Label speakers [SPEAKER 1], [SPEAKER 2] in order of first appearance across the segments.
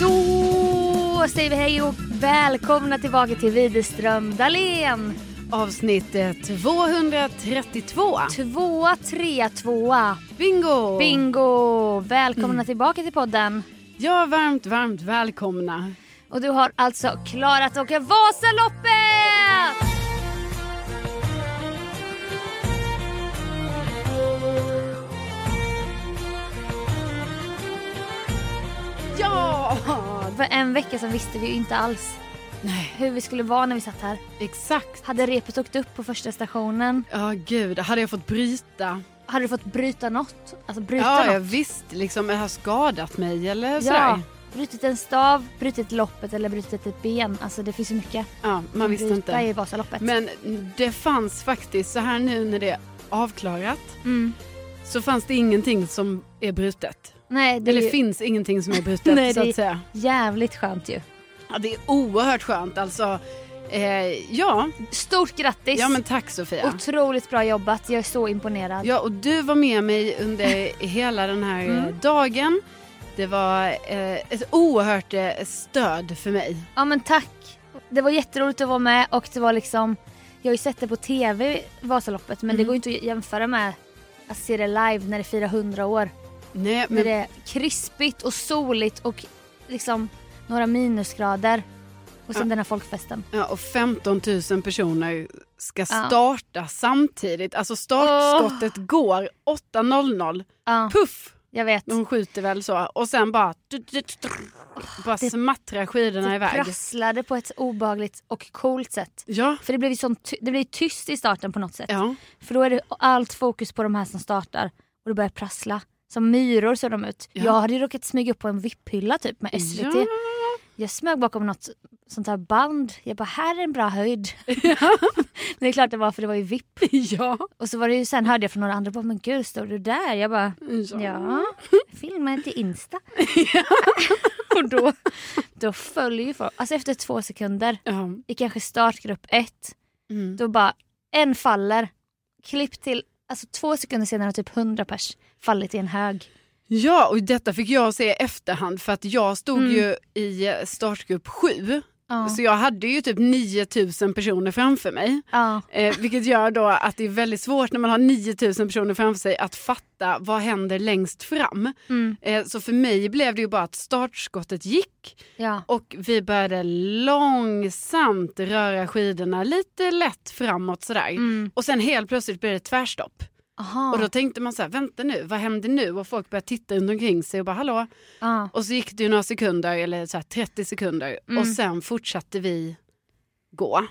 [SPEAKER 1] Då säger vi hej och välkomna tillbaka till Widerström Dahlén.
[SPEAKER 2] Avsnitt eh, 232.
[SPEAKER 1] Tvåa, trea, tvåa.
[SPEAKER 2] Bingo!
[SPEAKER 1] Bingo! Välkomna tillbaka till podden.
[SPEAKER 2] Ja, varmt, varmt välkomna.
[SPEAKER 1] Och du har alltså klarat att åka Vasaloppet!
[SPEAKER 2] Ja!
[SPEAKER 1] För en vecka sedan visste vi ju inte alls
[SPEAKER 2] Nej,
[SPEAKER 1] hur vi skulle vara när vi satt här.
[SPEAKER 2] exakt.
[SPEAKER 1] Hade repet åkt upp på första stationen?
[SPEAKER 2] Ja, gud. Hade jag fått bryta?
[SPEAKER 1] Hade du fått bryta något? Alltså bryta
[SPEAKER 2] Ja,
[SPEAKER 1] något?
[SPEAKER 2] jag visst. Liksom, jag har skadat mig eller
[SPEAKER 1] Ja,
[SPEAKER 2] sådär.
[SPEAKER 1] brutit en stav, brutit loppet eller brutit ett ben. Alltså det finns ju mycket.
[SPEAKER 2] Ja, man visste
[SPEAKER 1] Bryta
[SPEAKER 2] inte.
[SPEAKER 1] i Vasaloppet.
[SPEAKER 2] Men det fanns faktiskt, så här nu när det är avklarat,
[SPEAKER 1] Mm.
[SPEAKER 2] så fanns det ingenting som är brutet.
[SPEAKER 1] Nej, det är
[SPEAKER 2] Eller
[SPEAKER 1] ju
[SPEAKER 2] finns ingenting som är brutet
[SPEAKER 1] Nej,
[SPEAKER 2] så
[SPEAKER 1] det-
[SPEAKER 2] att säga.
[SPEAKER 1] jävligt skönt ju.
[SPEAKER 2] Ja, det är oerhört skönt alltså. Eh, ja.
[SPEAKER 1] Stort grattis!
[SPEAKER 2] ja, men tack Sofia.
[SPEAKER 1] Otroligt bra jobbat, jag är så imponerad.
[SPEAKER 2] Ja, och du var med mig under hela den här eh,
[SPEAKER 1] Mm.
[SPEAKER 2] dagen. Det var eh, ett oerhört eh, stöd för mig.
[SPEAKER 1] Ja men tack! Det var jätteroligt att vara med och det var liksom Jag har ju sett det på TV, Vasaloppet,
[SPEAKER 2] Mm.
[SPEAKER 1] men det går ju inte att jämföra med att se det live när det firar 100 år.
[SPEAKER 2] Nej,
[SPEAKER 1] När
[SPEAKER 2] men,
[SPEAKER 1] det är krispigt och soligt och liksom några minusgrader. Och sen den här folkfesten.
[SPEAKER 2] ja, och 15 000 personer ska
[SPEAKER 1] Ja.
[SPEAKER 2] starta samtidigt. Alltså startskottet går 8.00.
[SPEAKER 1] Ja,
[SPEAKER 2] Puff!
[SPEAKER 1] jag vet.
[SPEAKER 2] De skjuter väl så. Och sen bara... Bara
[SPEAKER 1] det-
[SPEAKER 2] smattrar skidorna
[SPEAKER 1] Det
[SPEAKER 2] iväg.
[SPEAKER 1] prasslade på ett obagligt och coolt sätt.
[SPEAKER 2] Ja,
[SPEAKER 1] För det blev ju sån ty- det blev ju tyst i starten på något sätt.
[SPEAKER 2] ja.
[SPEAKER 1] För då är det allt fokus på de här som startar och det börjar prassla. Som myror såg de ut.
[SPEAKER 2] Ja.
[SPEAKER 1] Jag hade ju råkat smyga upp på en vipphylla typ med SVT.
[SPEAKER 2] Ja.
[SPEAKER 1] Jag smög bakom något sånt här band. Jag bara, här är en bra höjd. men det är klart det var för det var ju vipp.
[SPEAKER 2] Ja.
[SPEAKER 1] Och så var det ju, sen hörde jag från några andra, bara, men gud står du där? Jag bara,
[SPEAKER 2] Ja.
[SPEAKER 1] ja, filma till Insta. och då, då följer ju folk. Alltså efter två sekunder
[SPEAKER 2] ja.
[SPEAKER 1] i kanske startgrupp ett.
[SPEAKER 2] Mm.
[SPEAKER 1] Då bara, en faller. Klipp till, alltså två sekunder senare har typ 100 pers fallit i en hög.
[SPEAKER 2] Ja, och detta fick jag se i efterhand för att jag stod
[SPEAKER 1] Mm.
[SPEAKER 2] ju i startgrupp 7
[SPEAKER 1] Ja.
[SPEAKER 2] Så jag hade ju typ 9000 personer framför mig.
[SPEAKER 1] Ja.
[SPEAKER 2] Eh, vilket gör då att det är väldigt svårt när man har 9000 personer framför sig att fatta vad händer längst fram.
[SPEAKER 1] Mm.
[SPEAKER 2] Eh, så för mig blev det ju bara att startskottet gick
[SPEAKER 1] Ja.
[SPEAKER 2] och vi började långsamt röra skidorna lite lätt framåt sådär.
[SPEAKER 1] Mm.
[SPEAKER 2] Och sen helt plötsligt blev det tvärstopp.
[SPEAKER 1] Aha.
[SPEAKER 2] Och då tänkte man så här, vänta nu, vad händer nu? Och folk började titta runt omkring sig och bara hallå.
[SPEAKER 1] ja.
[SPEAKER 2] Och så gick det ju några sekunder, eller så här 30 sekunder.
[SPEAKER 1] Mm.
[SPEAKER 2] Och sen fortsatte vi gå.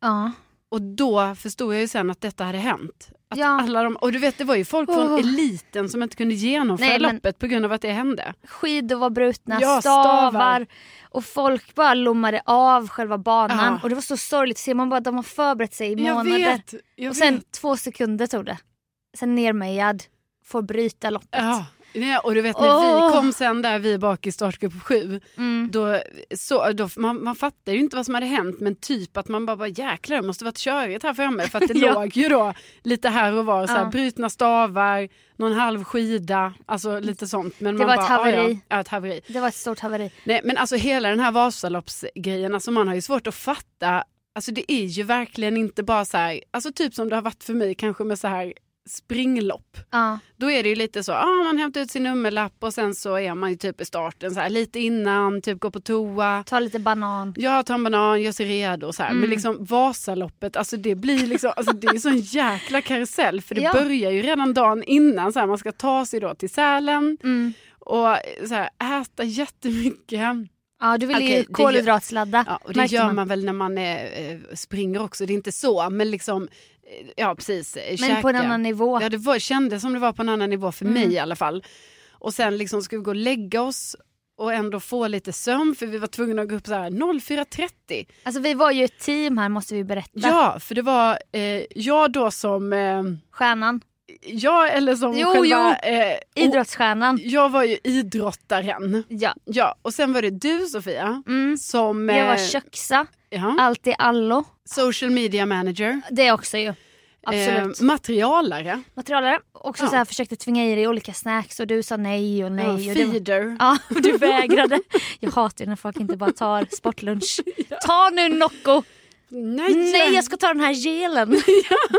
[SPEAKER 1] Ja.
[SPEAKER 2] Och då förstod jag ju sen att detta hade hänt. Att
[SPEAKER 1] Ja.
[SPEAKER 2] alla de, och du vet det var ju folk från
[SPEAKER 1] Oh.
[SPEAKER 2] eliten som inte kunde genomföra
[SPEAKER 1] Nej, men-
[SPEAKER 2] loppet på grund av att det hände.
[SPEAKER 1] Skidor var brutna,
[SPEAKER 2] Ja,
[SPEAKER 1] stavar.
[SPEAKER 2] stavar.
[SPEAKER 1] och folk bara lommade av själva banan.
[SPEAKER 2] Ja.
[SPEAKER 1] Och det var så sorgligt att se, man bara de har förberett sig i
[SPEAKER 2] Jag
[SPEAKER 1] månader.
[SPEAKER 2] vet, jag
[SPEAKER 1] och sen
[SPEAKER 2] vet.
[SPEAKER 1] två sekunder tog det. Sen nermejad, får bryta loppet.
[SPEAKER 2] Ja. Nej, och du vet när
[SPEAKER 1] Åh.
[SPEAKER 2] vi kom sen där, vi bak i startgrupp 7,
[SPEAKER 1] Mm.
[SPEAKER 2] då, så, då, man, man fattade ju inte vad som hade hänt men typ att man bara, bara jäklar det måste varit körigt här framme för att det
[SPEAKER 1] Ja.
[SPEAKER 2] låg ju då lite här och var, så här,
[SPEAKER 1] Ja.
[SPEAKER 2] brutna stavar, någon halv skida, alltså lite sånt. Men
[SPEAKER 1] Det
[SPEAKER 2] man
[SPEAKER 1] var ett
[SPEAKER 2] bara, Ja, ja,
[SPEAKER 1] haveri.
[SPEAKER 2] ja, ett haveri.
[SPEAKER 1] Det var ett stort haveri.
[SPEAKER 2] Nej, men alltså hela den här Vasaloppsgrejen, alltså man har ju svårt att fatta. Alltså det är ju verkligen inte bara så här, alltså typ som det har varit för mig kanske med så här springlopp.
[SPEAKER 1] Ja.
[SPEAKER 2] Då är det ju lite så, ah, man hämtar ut sin nummerlapp och sen så är man ju typ i starten så här lite innan, typ går på toa.
[SPEAKER 1] Ta lite banan.
[SPEAKER 2] Jag tar en banan, gör sig redo och så här.
[SPEAKER 1] Mm.
[SPEAKER 2] Men liksom Vasaloppet, alltså det blir liksom, alltså det är sån jäkla karusell för det
[SPEAKER 1] Ja.
[SPEAKER 2] börjar ju redan dagen innan så här, man ska ta sig då till Sälen
[SPEAKER 1] Mm.
[SPEAKER 2] och så här, äta jättemycket.
[SPEAKER 1] Ja, du ville
[SPEAKER 2] Okej,
[SPEAKER 1] ju
[SPEAKER 2] det gör-
[SPEAKER 1] kolhydratsladda.
[SPEAKER 2] Ja, och det
[SPEAKER 1] märkte
[SPEAKER 2] gör
[SPEAKER 1] man.
[SPEAKER 2] man. väl när man eh, eh, springer också, det är inte så, men liksom, eh, ja precis, eh,
[SPEAKER 1] Men på en annan nivå.
[SPEAKER 2] Ja, det var, kändes som det var på en annan nivå för
[SPEAKER 1] Mm.
[SPEAKER 2] mig i alla fall. Och sen liksom ska vi gå och lägga oss och ändå få lite sömn, för vi var tvungna att gå upp så här 04.30.
[SPEAKER 1] Alltså vi var ju ett team här måste vi berätta.
[SPEAKER 2] Ja, för det var eh, jag då som, eh,
[SPEAKER 1] Stjärnan.
[SPEAKER 2] jag eller som
[SPEAKER 1] Jo,
[SPEAKER 2] själva... eh,
[SPEAKER 1] Idrottsstjärnan.
[SPEAKER 2] och- Jag var ju idrottaren.
[SPEAKER 1] Ja.
[SPEAKER 2] Ja, och sen var det du Sofia,
[SPEAKER 1] Mm.
[SPEAKER 2] som...
[SPEAKER 1] Jag var
[SPEAKER 2] eh,
[SPEAKER 1] köksa,
[SPEAKER 2] ja,
[SPEAKER 1] allt i allo.
[SPEAKER 2] social media manager.
[SPEAKER 1] Det också ju. Absolut.
[SPEAKER 2] Eh, materialare.
[SPEAKER 1] Materialare. Också
[SPEAKER 2] Ja.
[SPEAKER 1] så här försökte tvinga i dig olika snacks och du sa nej och nej.
[SPEAKER 2] Ja,
[SPEAKER 1] och det var-
[SPEAKER 2] feeder.
[SPEAKER 1] Ja, och du vägrade. Jag hatar ju när folk inte bara tar sportlunch. Ta nu Nocco!
[SPEAKER 2] Nej.
[SPEAKER 1] Nej, jag ska ta den här gelen.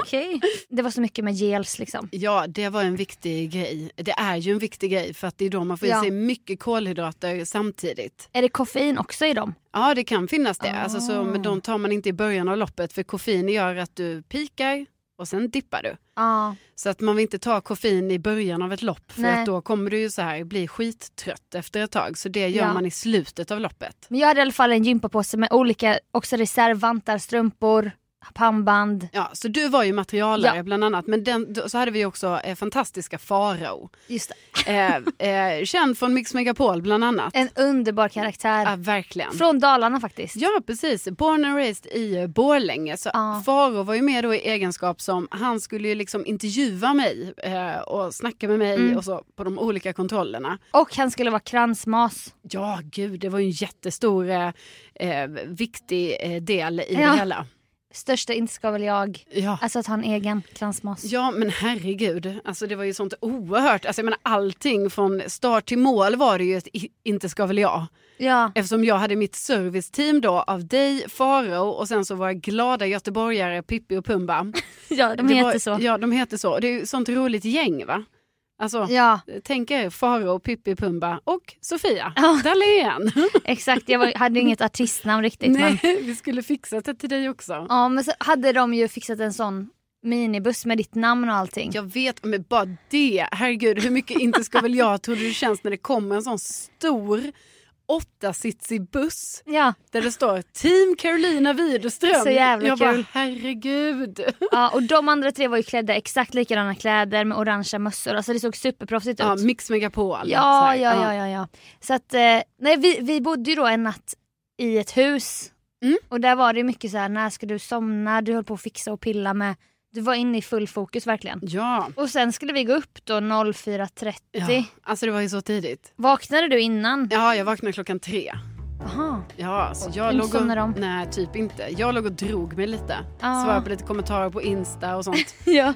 [SPEAKER 1] Okej. Det var så mycket med gels liksom.
[SPEAKER 2] Ja, det var en viktig grej. Det är ju en viktig grej för att det är då man får
[SPEAKER 1] Ja.
[SPEAKER 2] i sig mycket kolhydrater samtidigt.
[SPEAKER 1] Är det koffein också i dem?
[SPEAKER 2] Ja, det kan finnas det.
[SPEAKER 1] Ah.
[SPEAKER 2] Alltså, så, men de tar man inte i början av loppet för koffein gör att du pikar och sen dippar du.
[SPEAKER 1] Ja.
[SPEAKER 2] Så att man vill inte ta koffein i början av ett lopp för
[SPEAKER 1] Nej.
[SPEAKER 2] att då kommer du ju så här bli skittrött efter ett tag. Så det gör
[SPEAKER 1] Ja.
[SPEAKER 2] man i slutet av loppet.
[SPEAKER 1] Men jag hade i alla fall en gympapåse med olika också reservvantar, strumpor, pannband.
[SPEAKER 2] Ja, så du var ju materialare
[SPEAKER 1] Ja.
[SPEAKER 2] bland annat. Men den, då- så hade vi också eh, fantastiska Farao.
[SPEAKER 1] Just det.
[SPEAKER 2] eh, eh, känd från Mix Megapol bland annat.
[SPEAKER 1] En underbar karaktär.
[SPEAKER 2] Ja, verkligen.
[SPEAKER 1] Från Dalarna faktiskt.
[SPEAKER 2] Ja, precis. Born and raised i eh, Borlänge. Så
[SPEAKER 1] Ja.
[SPEAKER 2] Faro var ju med då i egenskap som, han skulle ju liksom intervjua mig eh, och snacka med mig
[SPEAKER 1] Mm.
[SPEAKER 2] och så på de olika kontrollerna.
[SPEAKER 1] Och han skulle vara kransmas.
[SPEAKER 2] Ja, gud, det var ju en jättestor, eh, eh, viktig eh, del i
[SPEAKER 1] Ja.
[SPEAKER 2] det hela.
[SPEAKER 1] Största inte ska väl jag.
[SPEAKER 2] Ja.
[SPEAKER 1] Alltså att ha en egen kransmas.
[SPEAKER 2] Ja men herregud, alltså det var ju sånt oerhört, alltså jag menar allting från start till mål var det ju ett i- inte ska väl jag.
[SPEAKER 1] Ja.
[SPEAKER 2] Eftersom jag hade mitt serviceteam då av dig, Faro och sen så våra glada göteborgare Pippi och Pumba.
[SPEAKER 1] ja, de
[SPEAKER 2] Det
[SPEAKER 1] heter
[SPEAKER 2] var-
[SPEAKER 1] så.
[SPEAKER 2] Ja, de heter så. Det är ju sånt roligt gäng va? Alltså,
[SPEAKER 1] Ja,
[SPEAKER 2] tänk er Faro, Pippi, Pumba och Sofia
[SPEAKER 1] Ja.
[SPEAKER 2] Dalén.
[SPEAKER 1] exakt. Jag var, hade ju inget artistnamn riktigt. Men,
[SPEAKER 2] Nej, vi skulle fixa det till dig också.
[SPEAKER 1] ja, men så hade de ju fixat en sån minibuss med ditt namn och allting.
[SPEAKER 2] Jag vet, men bara det. Herregud, hur mycket inte ska väl jag trodde det känns när det kommer en sån stor åttasitsig buss
[SPEAKER 1] Ja,
[SPEAKER 2] där det står Team Carolina Widerström.
[SPEAKER 1] Så jävla
[SPEAKER 2] jag
[SPEAKER 1] kul.
[SPEAKER 2] bara, herregud.
[SPEAKER 1] ja, och de andra tre var ju klädda i exakt likadana kläder med orangea mössor. Alltså det såg superproffsigt
[SPEAKER 2] Ja,
[SPEAKER 1] ut.
[SPEAKER 2] Mix Megapol. så
[SPEAKER 1] Typ. Ja,
[SPEAKER 2] här.
[SPEAKER 1] ja, ja, ja, ja. Så att, eh, nej, vi, vi bodde ju då en natt i ett hus.
[SPEAKER 2] Mm.
[SPEAKER 1] Och där var det ju mycket så här, när ska du somna? Du höll på att fixa och pilla med. Du var inne i full fokus verkligen.
[SPEAKER 2] Ja.
[SPEAKER 1] Och sen skulle vi gå upp då 04.30.
[SPEAKER 2] ja, alltså det var ju så tidigt.
[SPEAKER 1] Vaknade du innan?
[SPEAKER 2] Ja, jag vaknade klockan tre.
[SPEAKER 1] Aha.
[SPEAKER 2] Ja, så jag
[SPEAKER 1] Inte
[SPEAKER 2] låg
[SPEAKER 1] somnar om.
[SPEAKER 2] och, Nej, typ inte. Jag låg och drog mig lite.
[SPEAKER 1] Ah.
[SPEAKER 2] Svarade på lite kommentarer på Insta och sånt.
[SPEAKER 1] Ja.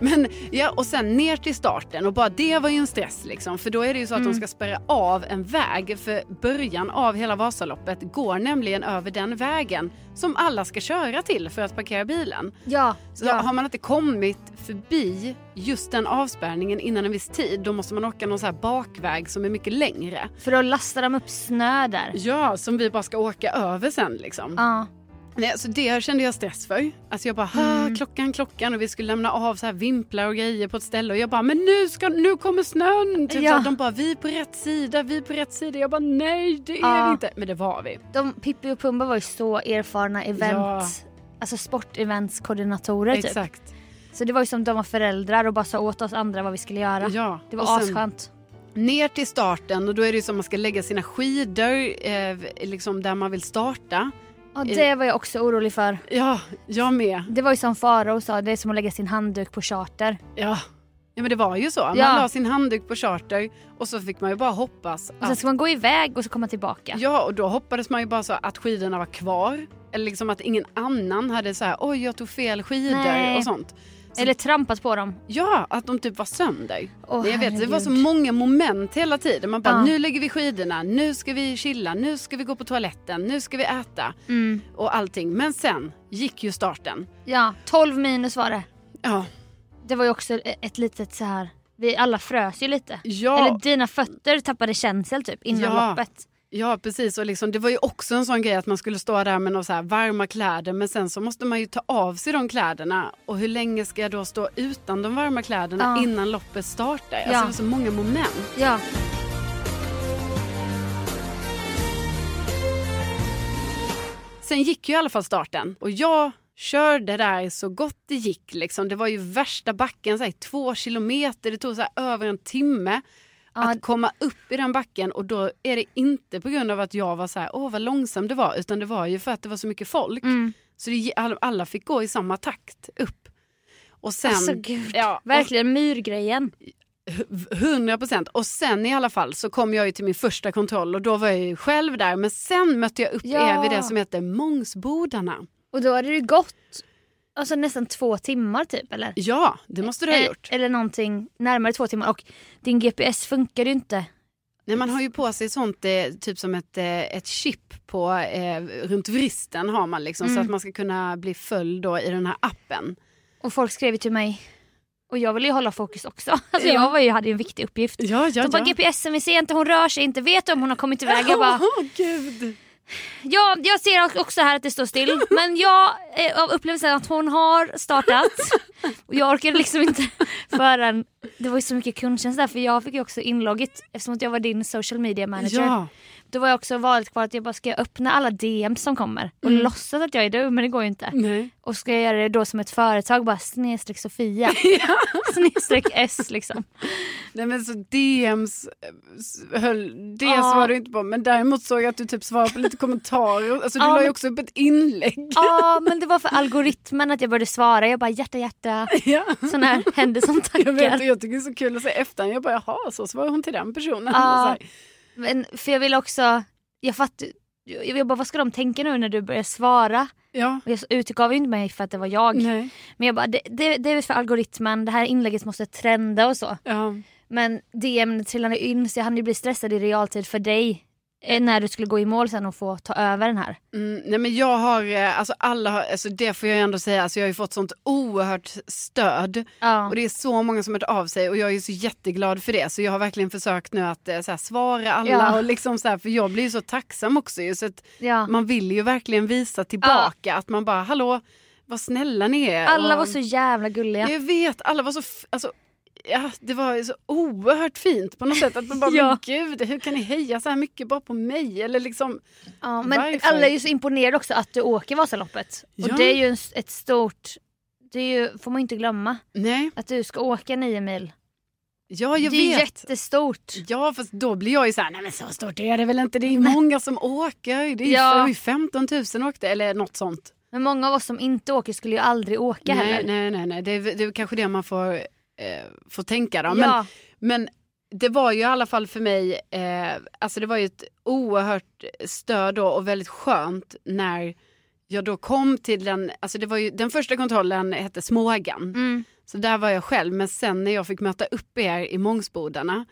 [SPEAKER 2] Men ja, och sen ner till starten och bara det var ju en stress liksom. För då är det ju så att
[SPEAKER 1] Mm.
[SPEAKER 2] de ska spärra av en väg. För början av hela Vasaloppet går nämligen över den vägen som alla ska köra till för att parkera bilen.
[SPEAKER 1] Ja,
[SPEAKER 2] Så
[SPEAKER 1] ja.
[SPEAKER 2] har man inte kommit förbi just den avspärrningen innan en viss tid då måste man åka någon så här bakväg som är mycket längre.
[SPEAKER 1] för då lastar de upp snö där.
[SPEAKER 2] Ja, som vi bara ska åka över sen liksom.
[SPEAKER 1] Ja.
[SPEAKER 2] Nej, så det kände jag stress för. Alltså jag bara, "Ah, klockan, klockan och vi skulle lämna av så här vimplar och grejer på ett ställe och jag bara, men nu, ska, nu kommer snön! Typ
[SPEAKER 1] Ja.
[SPEAKER 2] så. De bara, vi är på rätt sida, vi är på rätt sida. Jag bara, nej det är
[SPEAKER 1] Ja.
[SPEAKER 2] vi inte. Men det var vi.
[SPEAKER 1] De, Pippi och Pumba var ju så erfarna event,
[SPEAKER 2] Ja.
[SPEAKER 1] alltså sporteventskoordinatorer typ.
[SPEAKER 2] Exakt.
[SPEAKER 1] Så det var ju som de var föräldrar och bara sa åt oss andra vad vi skulle göra.
[SPEAKER 2] Ja.
[SPEAKER 1] Det var
[SPEAKER 2] Och sen-
[SPEAKER 1] asskönt.
[SPEAKER 2] Ner till starten och då är det ju som man ska lägga sina skidor eh, liksom där man vill starta.
[SPEAKER 1] Och det var jag också orolig för.
[SPEAKER 2] Ja, jag med.
[SPEAKER 1] Det var ju som Farao sa, det är som att lägga sin handduk på charter.
[SPEAKER 2] Ja. Ja men det var ju så. Man
[SPEAKER 1] Ja.
[SPEAKER 2] la sin handduk på charter och så fick man ju bara hoppas
[SPEAKER 1] Och sen
[SPEAKER 2] att
[SPEAKER 1] ska man gå iväg och så komma tillbaka.
[SPEAKER 2] Ja, och då hoppades man ju bara så att skidorna var kvar. Eller liksom att ingen annan hade så här, oj jag tog fel skidor
[SPEAKER 1] Nej.
[SPEAKER 2] och sånt. Så-
[SPEAKER 1] Eller trampat på dem.
[SPEAKER 2] Ja, att de typ var sönder.
[SPEAKER 1] Åh,
[SPEAKER 2] Nej, jag vet, det var så
[SPEAKER 1] herregud.
[SPEAKER 2] många moment hela tiden. Man bara,
[SPEAKER 1] Ja.
[SPEAKER 2] nu lägger vi skidorna, nu ska vi chilla, nu ska vi gå på toaletten, nu ska vi äta
[SPEAKER 1] Mm.
[SPEAKER 2] och allting. Men sen gick ju starten.
[SPEAKER 1] Ja, 12 minus var det.
[SPEAKER 2] Ja,
[SPEAKER 1] Det var ju också e- ett litet så här. vi alla frös ju lite.
[SPEAKER 2] ja.
[SPEAKER 1] Eller dina fötter tappade känsel typ innan
[SPEAKER 2] Ja.
[SPEAKER 1] loppet.
[SPEAKER 2] Ja precis och liksom, det var ju också en sån grej att man skulle stå där med några så här varma kläder men sen så måste man ju ta av sig de kläderna och hur länge ska jag då stå utan de varma kläderna
[SPEAKER 1] Ja.
[SPEAKER 2] innan loppet
[SPEAKER 1] Ja.
[SPEAKER 2] startar? Alltså det var så många moment.
[SPEAKER 1] Ja.
[SPEAKER 2] Sen gick ju i alla fall starten och jag körde där så gott det gick liksom. Det var ju värsta backen, så här, två kilometer, det tog så här, över en timme.
[SPEAKER 1] Ja.
[SPEAKER 2] Att komma upp i den backen och då är det inte på grund av att jag var så här, åh vad långsam det var, utan det var ju för att det var så mycket folk.
[SPEAKER 1] Mm.
[SPEAKER 2] Så det, all- alla fick gå i samma takt upp. Och sen,
[SPEAKER 1] Alltså gud.
[SPEAKER 2] ja,
[SPEAKER 1] Verkligen myrgrejen.
[SPEAKER 2] och- 100 procent. Och sen i alla fall så kom jag ju till min första kontroll och då var jag ju själv där. Men sen mötte jag upp
[SPEAKER 1] Ja.
[SPEAKER 2] er vid det som heter Mångsbodarna.
[SPEAKER 1] Och då hade det ju gått alltså, nästan två timmar typ eller?
[SPEAKER 2] Ja, det måste du ha
[SPEAKER 1] Eller-
[SPEAKER 2] gjort.
[SPEAKER 1] eh, Eller någonting närmare två timmar och din GPS funkade ju inte.
[SPEAKER 2] Nej, man har ju på sig sånt, eh, typ som ett, eh, ett chip på, eh, runt vristen har man liksom. Så att man ska kunna bli följd då i den här appen.
[SPEAKER 1] Och folk skrev ju till mig och jag ville ju hålla fokus också. Alltså,
[SPEAKER 2] Ja.
[SPEAKER 1] Jag var ju, hade ju en viktig uppgift.
[SPEAKER 2] Ja, ja,
[SPEAKER 1] De bara GPSen vi ser inte, hon rör sig inte, vet du om hon har kommit iväg? Jag bara,
[SPEAKER 2] Åh, gud.
[SPEAKER 1] ja, jag ser också här att det står still men jag eh, av upplevelsen att hon har startat och jag orkade liksom inte förrän det var ju så mycket kundtjänst där för jag fick ju också inlogget eftersom att jag var din social media manager.
[SPEAKER 2] Ja.
[SPEAKER 1] Då var jag också valet kvar att jag bara ska jag öppna alla DM som kommer och
[SPEAKER 2] Mm.
[SPEAKER 1] låtsas att jag är du men det går ju inte.
[SPEAKER 2] Nej.
[SPEAKER 1] Och ska jag göra det då som ett företag bara snedstreck Sofia. snedstreck S liksom.
[SPEAKER 2] Nej men så DMs eh, s- höll, det
[SPEAKER 1] Ja.
[SPEAKER 2] svarade du inte på men däremot såg jag att du typ svarade på lite kommentarer. Alltså du
[SPEAKER 1] Ja,
[SPEAKER 2] la ju
[SPEAKER 1] men-
[SPEAKER 2] också upp ett inlägg.
[SPEAKER 1] Ja men det var för algoritmen att jag började svara. Jag bara hjärta hjärta.
[SPEAKER 2] Ja.
[SPEAKER 1] Sådana här händer som
[SPEAKER 2] Jag vet
[SPEAKER 1] tackar.
[SPEAKER 2] och jag tycker det är så kul att se efter Jag bara jaha så svarade hon till den personen.
[SPEAKER 1] Ja.
[SPEAKER 2] Och så här,
[SPEAKER 1] Men, för jag ville också, jag fattar jag jag bara vad ska de tänka nu när du börjar svara?
[SPEAKER 2] ja.
[SPEAKER 1] Och jag utgav ju inte mig för att det var jag.
[SPEAKER 2] Nej.
[SPEAKER 1] Men jag bara det, det, det är väl för algoritmen, det här inlägget måste trenda och så.
[SPEAKER 2] Ja.
[SPEAKER 1] Men DM trillade in så jag hann ju bli stressad i realtid för dig eh, när du skulle gå i mål sen och få ta över den här.
[SPEAKER 2] Mm, nej men jag har, eh, alltså alla har, alltså det får jag ändå säga, alltså jag har ju fått sånt oerhört stöd.
[SPEAKER 1] Ja.
[SPEAKER 2] Och det är så många som hört av sig och jag är ju så jätteglad för det. Så jag har verkligen försökt nu att eh, så här, svara alla
[SPEAKER 1] Ja.
[SPEAKER 2] och liksom så här, för jag blir ju så tacksam också ju. Så att
[SPEAKER 1] ja.
[SPEAKER 2] Man vill ju verkligen visa tillbaka att man bara, hallå, vad snälla ni är.
[SPEAKER 1] Alla
[SPEAKER 2] Och-
[SPEAKER 1] var så jävla gulliga.
[SPEAKER 2] Jag vet, alla var så... f- Alltså, ja, det var så oerhört fint på något sätt. Att man bara,
[SPEAKER 1] Ja.
[SPEAKER 2] men gud, hur kan ni heja så här mycket bara på mig? Eller liksom,
[SPEAKER 1] Ja, men
[SPEAKER 2] Varför?
[SPEAKER 1] alla är ju så imponerade också att du åker Vasaloppet.
[SPEAKER 2] Ja.
[SPEAKER 1] Och det är ju en, s- ett stort, det är ju, får man ju inte glömma,
[SPEAKER 2] nej,
[SPEAKER 1] att du ska åka nio mil.
[SPEAKER 2] ja jag
[SPEAKER 1] det är
[SPEAKER 2] vet.
[SPEAKER 1] jättestort.
[SPEAKER 2] Ja, fast då blir jag ju så här, nej men så stort är det väl inte. Det är ju många som åker. Det är ju
[SPEAKER 1] Ja.
[SPEAKER 2] det var ju 15 000 åkte, eller något sånt.
[SPEAKER 1] Men många av oss som inte åker skulle ju aldrig åka
[SPEAKER 2] Nej,
[SPEAKER 1] heller.
[SPEAKER 2] nej, nej, nej. Det, är, det är kanske det man får, eh, får tänka då. Men,
[SPEAKER 1] ja,
[SPEAKER 2] Men det var ju i alla fall för mig, eh, alltså det var ju ett oerhört stöd då och väldigt skönt när jag då kom till den, alltså det var ju, den första kontrollen hette Smågan.
[SPEAKER 1] Mm.
[SPEAKER 2] Så där var jag själv. Men sen när jag fick möta upp er i Mångsbodarna,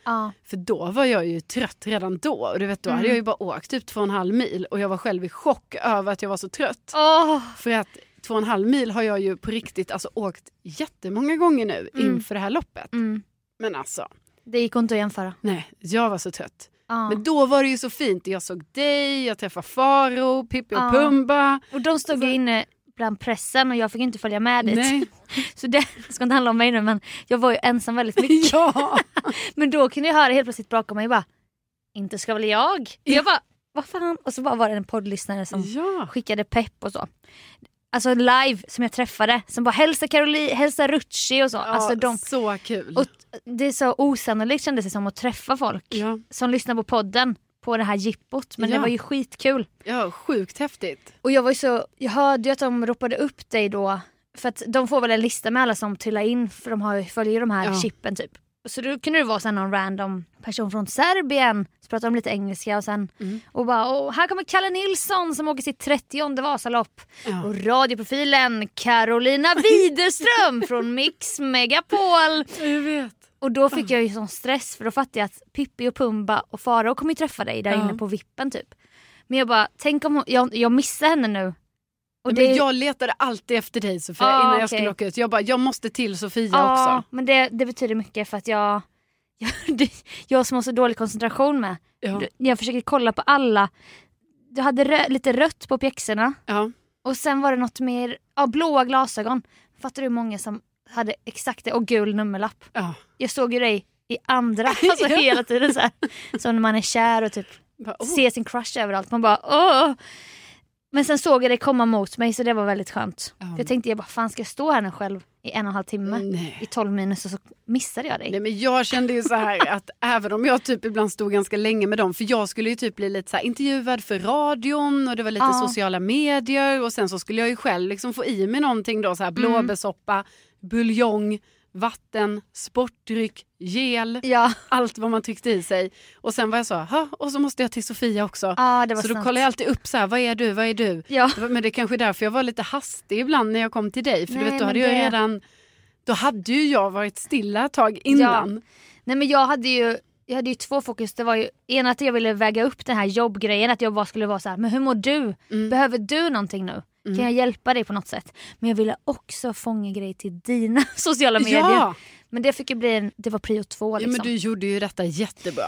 [SPEAKER 2] för då var jag ju trött redan då. Och du vet, då hade
[SPEAKER 1] Mm.
[SPEAKER 2] jag ju bara åkt typ två och en halv mil och jag var själv i chock över att jag var så trött.
[SPEAKER 1] Åh,
[SPEAKER 2] För att två och en halv mil har jag ju på riktigt alltså, åkt jättemånga gånger nu
[SPEAKER 1] Mm.
[SPEAKER 2] inför det här loppet.
[SPEAKER 1] Mm.
[SPEAKER 2] Men alltså,
[SPEAKER 1] Det gick inte att jämföra.
[SPEAKER 2] nej, jag var så trött.
[SPEAKER 1] Ja.
[SPEAKER 2] Men då var det ju så fint. Jag såg dig, jag träffade Faro, Pippi och
[SPEAKER 1] Ja.
[SPEAKER 2] Pumba.
[SPEAKER 1] Och de stod ju inne bland pressen och jag fick inte följa med dit.
[SPEAKER 2] Nej.
[SPEAKER 1] Så det ska inte handla om mig nu men jag var ju ensam väldigt mycket.
[SPEAKER 2] ja.
[SPEAKER 1] Men då kunde jag höra helt plötsligt bakom mig bara Inte ska väl jag? Jag bara vad fan? Och så bara var det en poddlyssnare som
[SPEAKER 2] ja.
[SPEAKER 1] skickade pepp och så. Alltså live som jag träffade som bara hälsa Caroline, hälsa Rucci och så. alltså de,
[SPEAKER 2] Så kul.
[SPEAKER 1] och t- det är så osannolikt kändes det som att träffa folk
[SPEAKER 2] Ja.
[SPEAKER 1] som lyssnar på podden på det här jippot. Men det
[SPEAKER 2] Ja.
[SPEAKER 1] var ju skitkul.
[SPEAKER 2] ja, sjukt häftigt.
[SPEAKER 1] Och jag var ju så, jag hörde ju att de ropade upp dig då. För att de får väl en lista med alla som trillar in för de har, ju- följer ju de här
[SPEAKER 2] Ja.
[SPEAKER 1] chippen typ. Så då kunde det vara sen någon random person från Serbien, så pratade de lite engelska och sen
[SPEAKER 2] Mm.
[SPEAKER 1] och bara Åh, här kommer Kalle Nilsson som åker sitt 30 Vasalopp.
[SPEAKER 2] Ja.
[SPEAKER 1] Och radioprofilen Carolina Widerström från Mix Megapol.
[SPEAKER 2] Jag vet.
[SPEAKER 1] Och då fick jag ju sån stress för då fattade jag att Pippi och Pumba och Farao kommer ju träffa dig där
[SPEAKER 2] Ja.
[SPEAKER 1] inne på vippen typ. Men jag bara, tänk om hon, jag, jag missar henne nu. Och
[SPEAKER 2] Men jag letade alltid efter dig Sofia
[SPEAKER 1] Ah,
[SPEAKER 2] innan
[SPEAKER 1] okej. Ah.
[SPEAKER 2] jag skulle åka ut. Jag bara, jag måste till Sofia
[SPEAKER 1] ja,
[SPEAKER 2] också.
[SPEAKER 1] men det, det betyder mycket för att jag, jag, det, jag som har så dålig koncentration med.
[SPEAKER 2] Ja.
[SPEAKER 1] Jag försöker kolla på alla. Du hade rö, lite rött på pjäxorna
[SPEAKER 2] Ja.
[SPEAKER 1] och sen var det något mer, ja blåa glasögon. Fattar du hur många som hade exakt det och gul nummerlapp.
[SPEAKER 2] Ja.
[SPEAKER 1] Jag såg ju dig i andra, alltså
[SPEAKER 2] Ja.
[SPEAKER 1] hela tiden så här. Som när man är kär och typ
[SPEAKER 2] Bara, oh.
[SPEAKER 1] se sin crush överallt. Man bara åh! Men sen såg jag det komma mot mig så det var väldigt skönt.
[SPEAKER 2] Ja.
[SPEAKER 1] För jag tänkte jag bara fan ska jag stå här nu själv i en och en halv timme
[SPEAKER 2] Nej.
[SPEAKER 1] i 12 minus och så missade jag dig.
[SPEAKER 2] Nej, men jag kände ju så här att även om jag typ ibland stod ganska länge med dem, för jag skulle ju typ bli lite så här intervjuad för radion och det var lite
[SPEAKER 1] Ja.
[SPEAKER 2] sociala medier och sen så skulle jag ju själv liksom få i mig någonting då,
[SPEAKER 1] Mm.
[SPEAKER 2] så här blåbärssoppa, buljong, vatten, sportdryck, gel,
[SPEAKER 1] Ja,
[SPEAKER 2] allt vad man tryckte i sig. Och sen var jag så, "Ha, och så måste jag till Sofia också.
[SPEAKER 1] ah, det var Ah.
[SPEAKER 2] så då
[SPEAKER 1] snällt.
[SPEAKER 2] kollade jag alltid upp så här, vad är du, vad är du?
[SPEAKER 1] Ja.
[SPEAKER 2] Det var- Men det är kanske är därför jag var lite hastig ibland när jag kom till dig, för
[SPEAKER 1] Nej,
[SPEAKER 2] du vet, då
[SPEAKER 1] men
[SPEAKER 2] hade jag
[SPEAKER 1] det-
[SPEAKER 2] redan då hade ju jag varit stilla ett tag innan.
[SPEAKER 1] Nej men jag hade ju jag hade ju två fokus. Det var ju ena att jag ville väga upp den här jobbgrejen. Att jag bara skulle vara så här, men hur mår du?
[SPEAKER 2] Mm.
[SPEAKER 1] Behöver du någonting nu? Kan jag hjälpa dig på något sätt? Men jag ville också fånga grejer till dina sociala medier.
[SPEAKER 2] Ja,
[SPEAKER 1] Men det fick ju bli en, det var prio två
[SPEAKER 2] ja
[SPEAKER 1] liksom.
[SPEAKER 2] men du gjorde ju detta jättebra.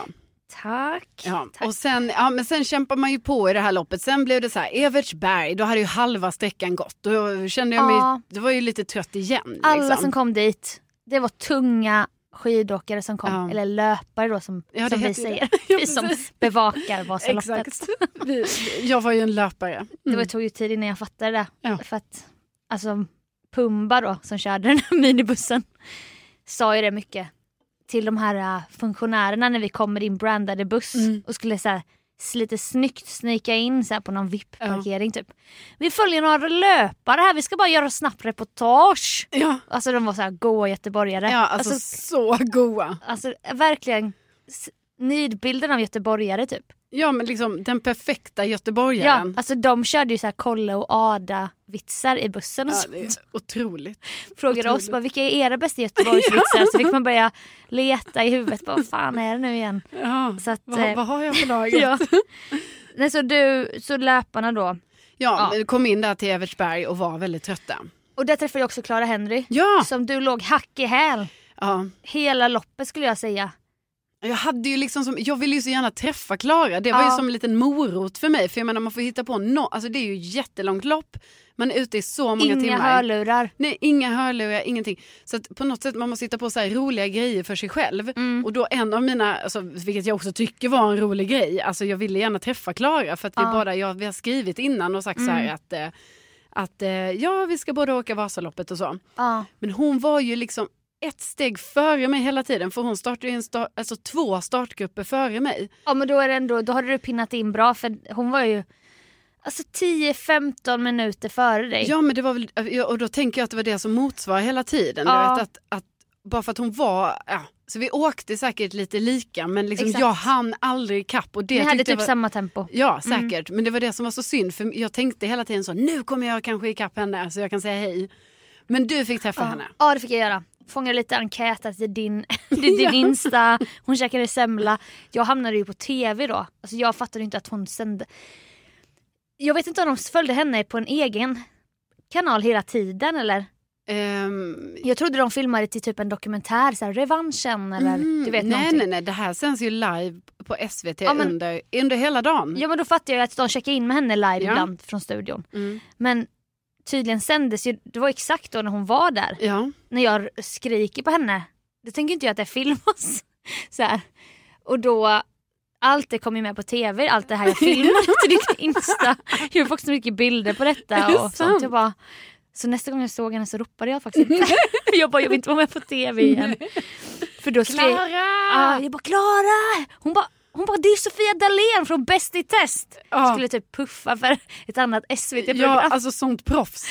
[SPEAKER 1] Tack.
[SPEAKER 2] Ja.
[SPEAKER 1] Tack.
[SPEAKER 2] Och sen, ja, men sen kämpar man ju på i det här loppet. Sen blev det så här, Evertsberg, då hade ju halva sträckan gått. Då kände jag mig,
[SPEAKER 1] Ja.
[SPEAKER 2] då var jag ju lite trött igen.
[SPEAKER 1] Alla
[SPEAKER 2] liksom.
[SPEAKER 1] som kom dit, det var tunga skidåkare som kom,
[SPEAKER 2] Ja.
[SPEAKER 1] eller löpare då som,
[SPEAKER 2] Ja, det
[SPEAKER 1] som vi
[SPEAKER 2] heter ju det.
[SPEAKER 1] säger.
[SPEAKER 2] Ja,
[SPEAKER 1] vi som
[SPEAKER 2] precis.
[SPEAKER 1] bevakar Vasaloppet.
[SPEAKER 2] Exakt. Vi, jag var ju en löpare. Mm.
[SPEAKER 1] Det var, tog ju tid innan jag fattade det.
[SPEAKER 2] Ja.
[SPEAKER 1] För att alltså, Pumba då, som körde den här minibussen, sa ju det mycket till de här äh, funktionärerna när vi kommer in brandade buss
[SPEAKER 2] Mm.
[SPEAKER 1] och skulle så här, s- lite snyggt snika in så här, på någon VIP-parkering typ. Vi följer några löpare här, vi ska bara göra snabbt reportage.
[SPEAKER 2] ja.
[SPEAKER 1] Alltså de var så här goa göteborgare.
[SPEAKER 2] ja, alltså,
[SPEAKER 1] alltså,
[SPEAKER 2] så goa.
[SPEAKER 1] alltså verkligen s- nidbilden av göteborgare typ.
[SPEAKER 2] Ja, men liksom den perfekta
[SPEAKER 1] Ja,
[SPEAKER 2] göteborgaren.
[SPEAKER 1] alltså de körde ju så här Kolle och Ada-vitsar i bussen och
[SPEAKER 2] Ja,
[SPEAKER 1] så
[SPEAKER 2] det är otroligt.
[SPEAKER 1] frågade oss
[SPEAKER 2] otroligt.
[SPEAKER 1] bara, vilka är era bästa Göteborgsvitsar? Så fick man börja leta i huvudet, bara, vad fan är det nu igen?
[SPEAKER 2] Ja.
[SPEAKER 1] Så att, eh,
[SPEAKER 2] Vad, vad har jag på laget?
[SPEAKER 1] ja. Nej, så, du, så löparna då.
[SPEAKER 2] Ja, men kom in där till Evertsberg och var väldigt trötta.
[SPEAKER 1] Och där träffade jag också Clara Henry.
[SPEAKER 2] Ja.
[SPEAKER 1] Som du låg hack i häl
[SPEAKER 2] ja.
[SPEAKER 1] hela loppet skulle jag säga.
[SPEAKER 2] Jag, hade ju liksom som, jag ville ju så gärna träffa Klara, det var
[SPEAKER 1] Ja.
[SPEAKER 2] ju som en liten morot för mig. För jag menar man får hitta på något, alltså det är ju jättelångt lopp, man är ute i så många
[SPEAKER 1] Inga
[SPEAKER 2] timmar.
[SPEAKER 1] hörlurar.
[SPEAKER 2] Nej, inga hörlurar, ingenting. Så att på något sätt man måste hitta på så här roliga grejer för sig själv. Och då en av mina, alltså, vilket jag också tycker var en rolig grej, alltså jag ville gärna träffa Klara för att vi båda, ja, vi har skrivit innan och sagt så här att, eh, att eh, ja vi ska båda åka Vasaloppet och så.
[SPEAKER 1] Ja.
[SPEAKER 2] Men hon var ju liksom ett steg före mig hela tiden för hon startade ju en sta- alltså två startgrupper före mig.
[SPEAKER 1] Ja men då är det ändå, då hade du pinnat in bra för hon var ju alltså 10-15 minuter före dig.
[SPEAKER 2] Ja men det var väl, ja, och då tänker jag att det var det som motsvarar hela tiden.
[SPEAKER 1] Ja.
[SPEAKER 2] Du vet, att, att, bara för att hon var, ja, så vi åkte säkert lite lika men liksom
[SPEAKER 1] Exakt.
[SPEAKER 2] jag hann aldrig ikapp. Och det
[SPEAKER 1] Ni hade
[SPEAKER 2] tyckte jag
[SPEAKER 1] typ
[SPEAKER 2] var,
[SPEAKER 1] samma Mm. tempo.
[SPEAKER 2] Ja säkert, men det var det som var så synd för jag tänkte hela tiden så nu kommer jag kanske ikapp henne så jag kan säga hej. Men du fick träffa
[SPEAKER 1] Ja.
[SPEAKER 2] henne.
[SPEAKER 1] ja det fick jag göra. fångade lite enkäter till din, till din Insta, hon käkade semla. Jag hamnade ju på TV då. Alltså jag fattade inte att hon sände. Jag vet inte om de följde henne på en egen kanal hela tiden eller?
[SPEAKER 2] Ehm,
[SPEAKER 1] Jag trodde de filmade till typ en dokumentär, så här, revanschen eller
[SPEAKER 2] mhm,
[SPEAKER 1] du vet
[SPEAKER 2] nej,
[SPEAKER 1] någonting.
[SPEAKER 2] nej, nej, det här sänds ju live på SVT
[SPEAKER 1] Ja, men-
[SPEAKER 2] under, under hela dagen.
[SPEAKER 1] Ja men då fattar jag ju att de checkar in med henne live
[SPEAKER 2] Ja.
[SPEAKER 1] ibland från studion.
[SPEAKER 2] Mm.
[SPEAKER 1] Men tydligen sändes ju, det var exakt då när hon var där.
[SPEAKER 2] Ja.
[SPEAKER 1] När jag skriker på henne, då tänker inte jag att det filmas. Så här. Och då, allt det kom ju med på tv, allt det här jag filmade till ditt Insta. Jag fick så mycket bilder på
[SPEAKER 2] Är det
[SPEAKER 1] detta och sånt.
[SPEAKER 2] sant?
[SPEAKER 1] Jag bara, så nästa gång jag såg henne så ropade jag faktiskt inte. jag bara, jag vill inte vara med på tv igen. För då skrev,
[SPEAKER 2] Klara!
[SPEAKER 1] Ja, jag bara Klara! Hon bara, hon bara det är Sofia Dalén från Bäst i test!
[SPEAKER 2] Ja.
[SPEAKER 1] Skulle typ puffa för ett annat SVT-program.
[SPEAKER 2] ja,
[SPEAKER 1] Ja,
[SPEAKER 2] alltså sånt proffs.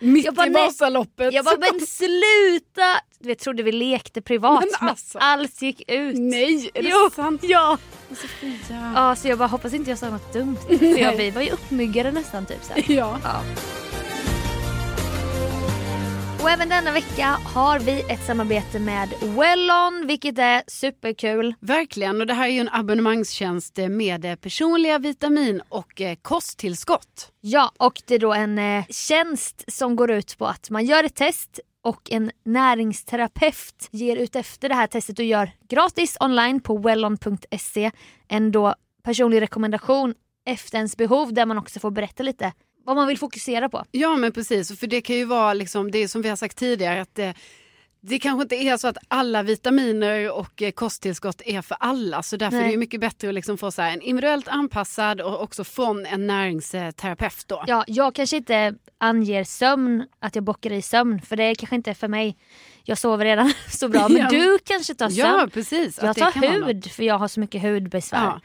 [SPEAKER 2] Mitt
[SPEAKER 1] Jag bara,
[SPEAKER 2] i
[SPEAKER 1] nej.
[SPEAKER 2] Vasaloppet.
[SPEAKER 1] jag bara men sluta! Du vet, trodde vi lekte privat
[SPEAKER 2] Men
[SPEAKER 1] men,
[SPEAKER 2] alltså.
[SPEAKER 1] allt gick ut.
[SPEAKER 2] Nej, är det
[SPEAKER 1] Jo.
[SPEAKER 2] sant?
[SPEAKER 1] Ja.
[SPEAKER 2] Sofia.
[SPEAKER 1] ja, så jag bara hoppas inte jag sa något dumt. För jag, vi var ju uppmyggade nästan typ så här.
[SPEAKER 2] Ja.
[SPEAKER 1] Ja. Och även denna vecka har vi ett samarbete med Wellon vilket är superkul.
[SPEAKER 2] Verkligen, och det här är ju en abonnemangstjänst med eh, personliga vitamin och eh, kosttillskott.
[SPEAKER 1] Ja, och det är då en eh, tjänst som går ut på att man gör ett test och en näringsterapeut ger ut efter det här testet och gör gratis online på wellon.se en då personlig rekommendation efter ens behov där man också får berätta lite vad man vill fokusera på.
[SPEAKER 2] Ja men precis, Och för det kan ju vara liksom, det är som vi har sagt tidigare att eh, det kanske inte är så att alla vitaminer och eh, kosttillskott är för alla så därför
[SPEAKER 1] Nej.
[SPEAKER 2] är det ju mycket bättre att liksom få så här en individuellt anpassad och också från en näringsterapeut då.
[SPEAKER 1] Ja, jag kanske inte anger sömn, att jag bockar i sömn för det är kanske inte för mig. Jag sover redan så bra men
[SPEAKER 2] Ja.
[SPEAKER 1] du kanske tar sömn.
[SPEAKER 2] Ja, precis. att
[SPEAKER 1] jag
[SPEAKER 2] det
[SPEAKER 1] tar
[SPEAKER 2] kan vara något.
[SPEAKER 1] hud för jag har så mycket hudbesvär.
[SPEAKER 2] Ja.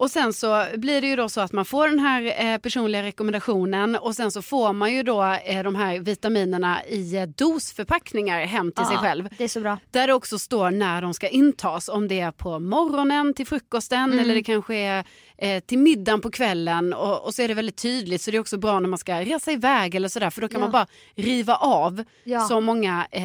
[SPEAKER 2] Och sen så blir det ju då så att man får den här eh, personliga rekommendationen och sen så får man ju då eh, de här vitaminerna i eh, dosförpackningar hem till sig
[SPEAKER 1] Ja,
[SPEAKER 2] själv.
[SPEAKER 1] Det är så bra.
[SPEAKER 2] Där det också står när de ska intas, om det är på morgonen till frukosten
[SPEAKER 1] Mm.
[SPEAKER 2] eller det kanske är eh, till middagen på kvällen och, och så är det väldigt tydligt så det är också bra när man ska resa iväg eller sådär för då kan
[SPEAKER 1] Ja.
[SPEAKER 2] man bara riva av
[SPEAKER 1] Ja.
[SPEAKER 2] så många eh,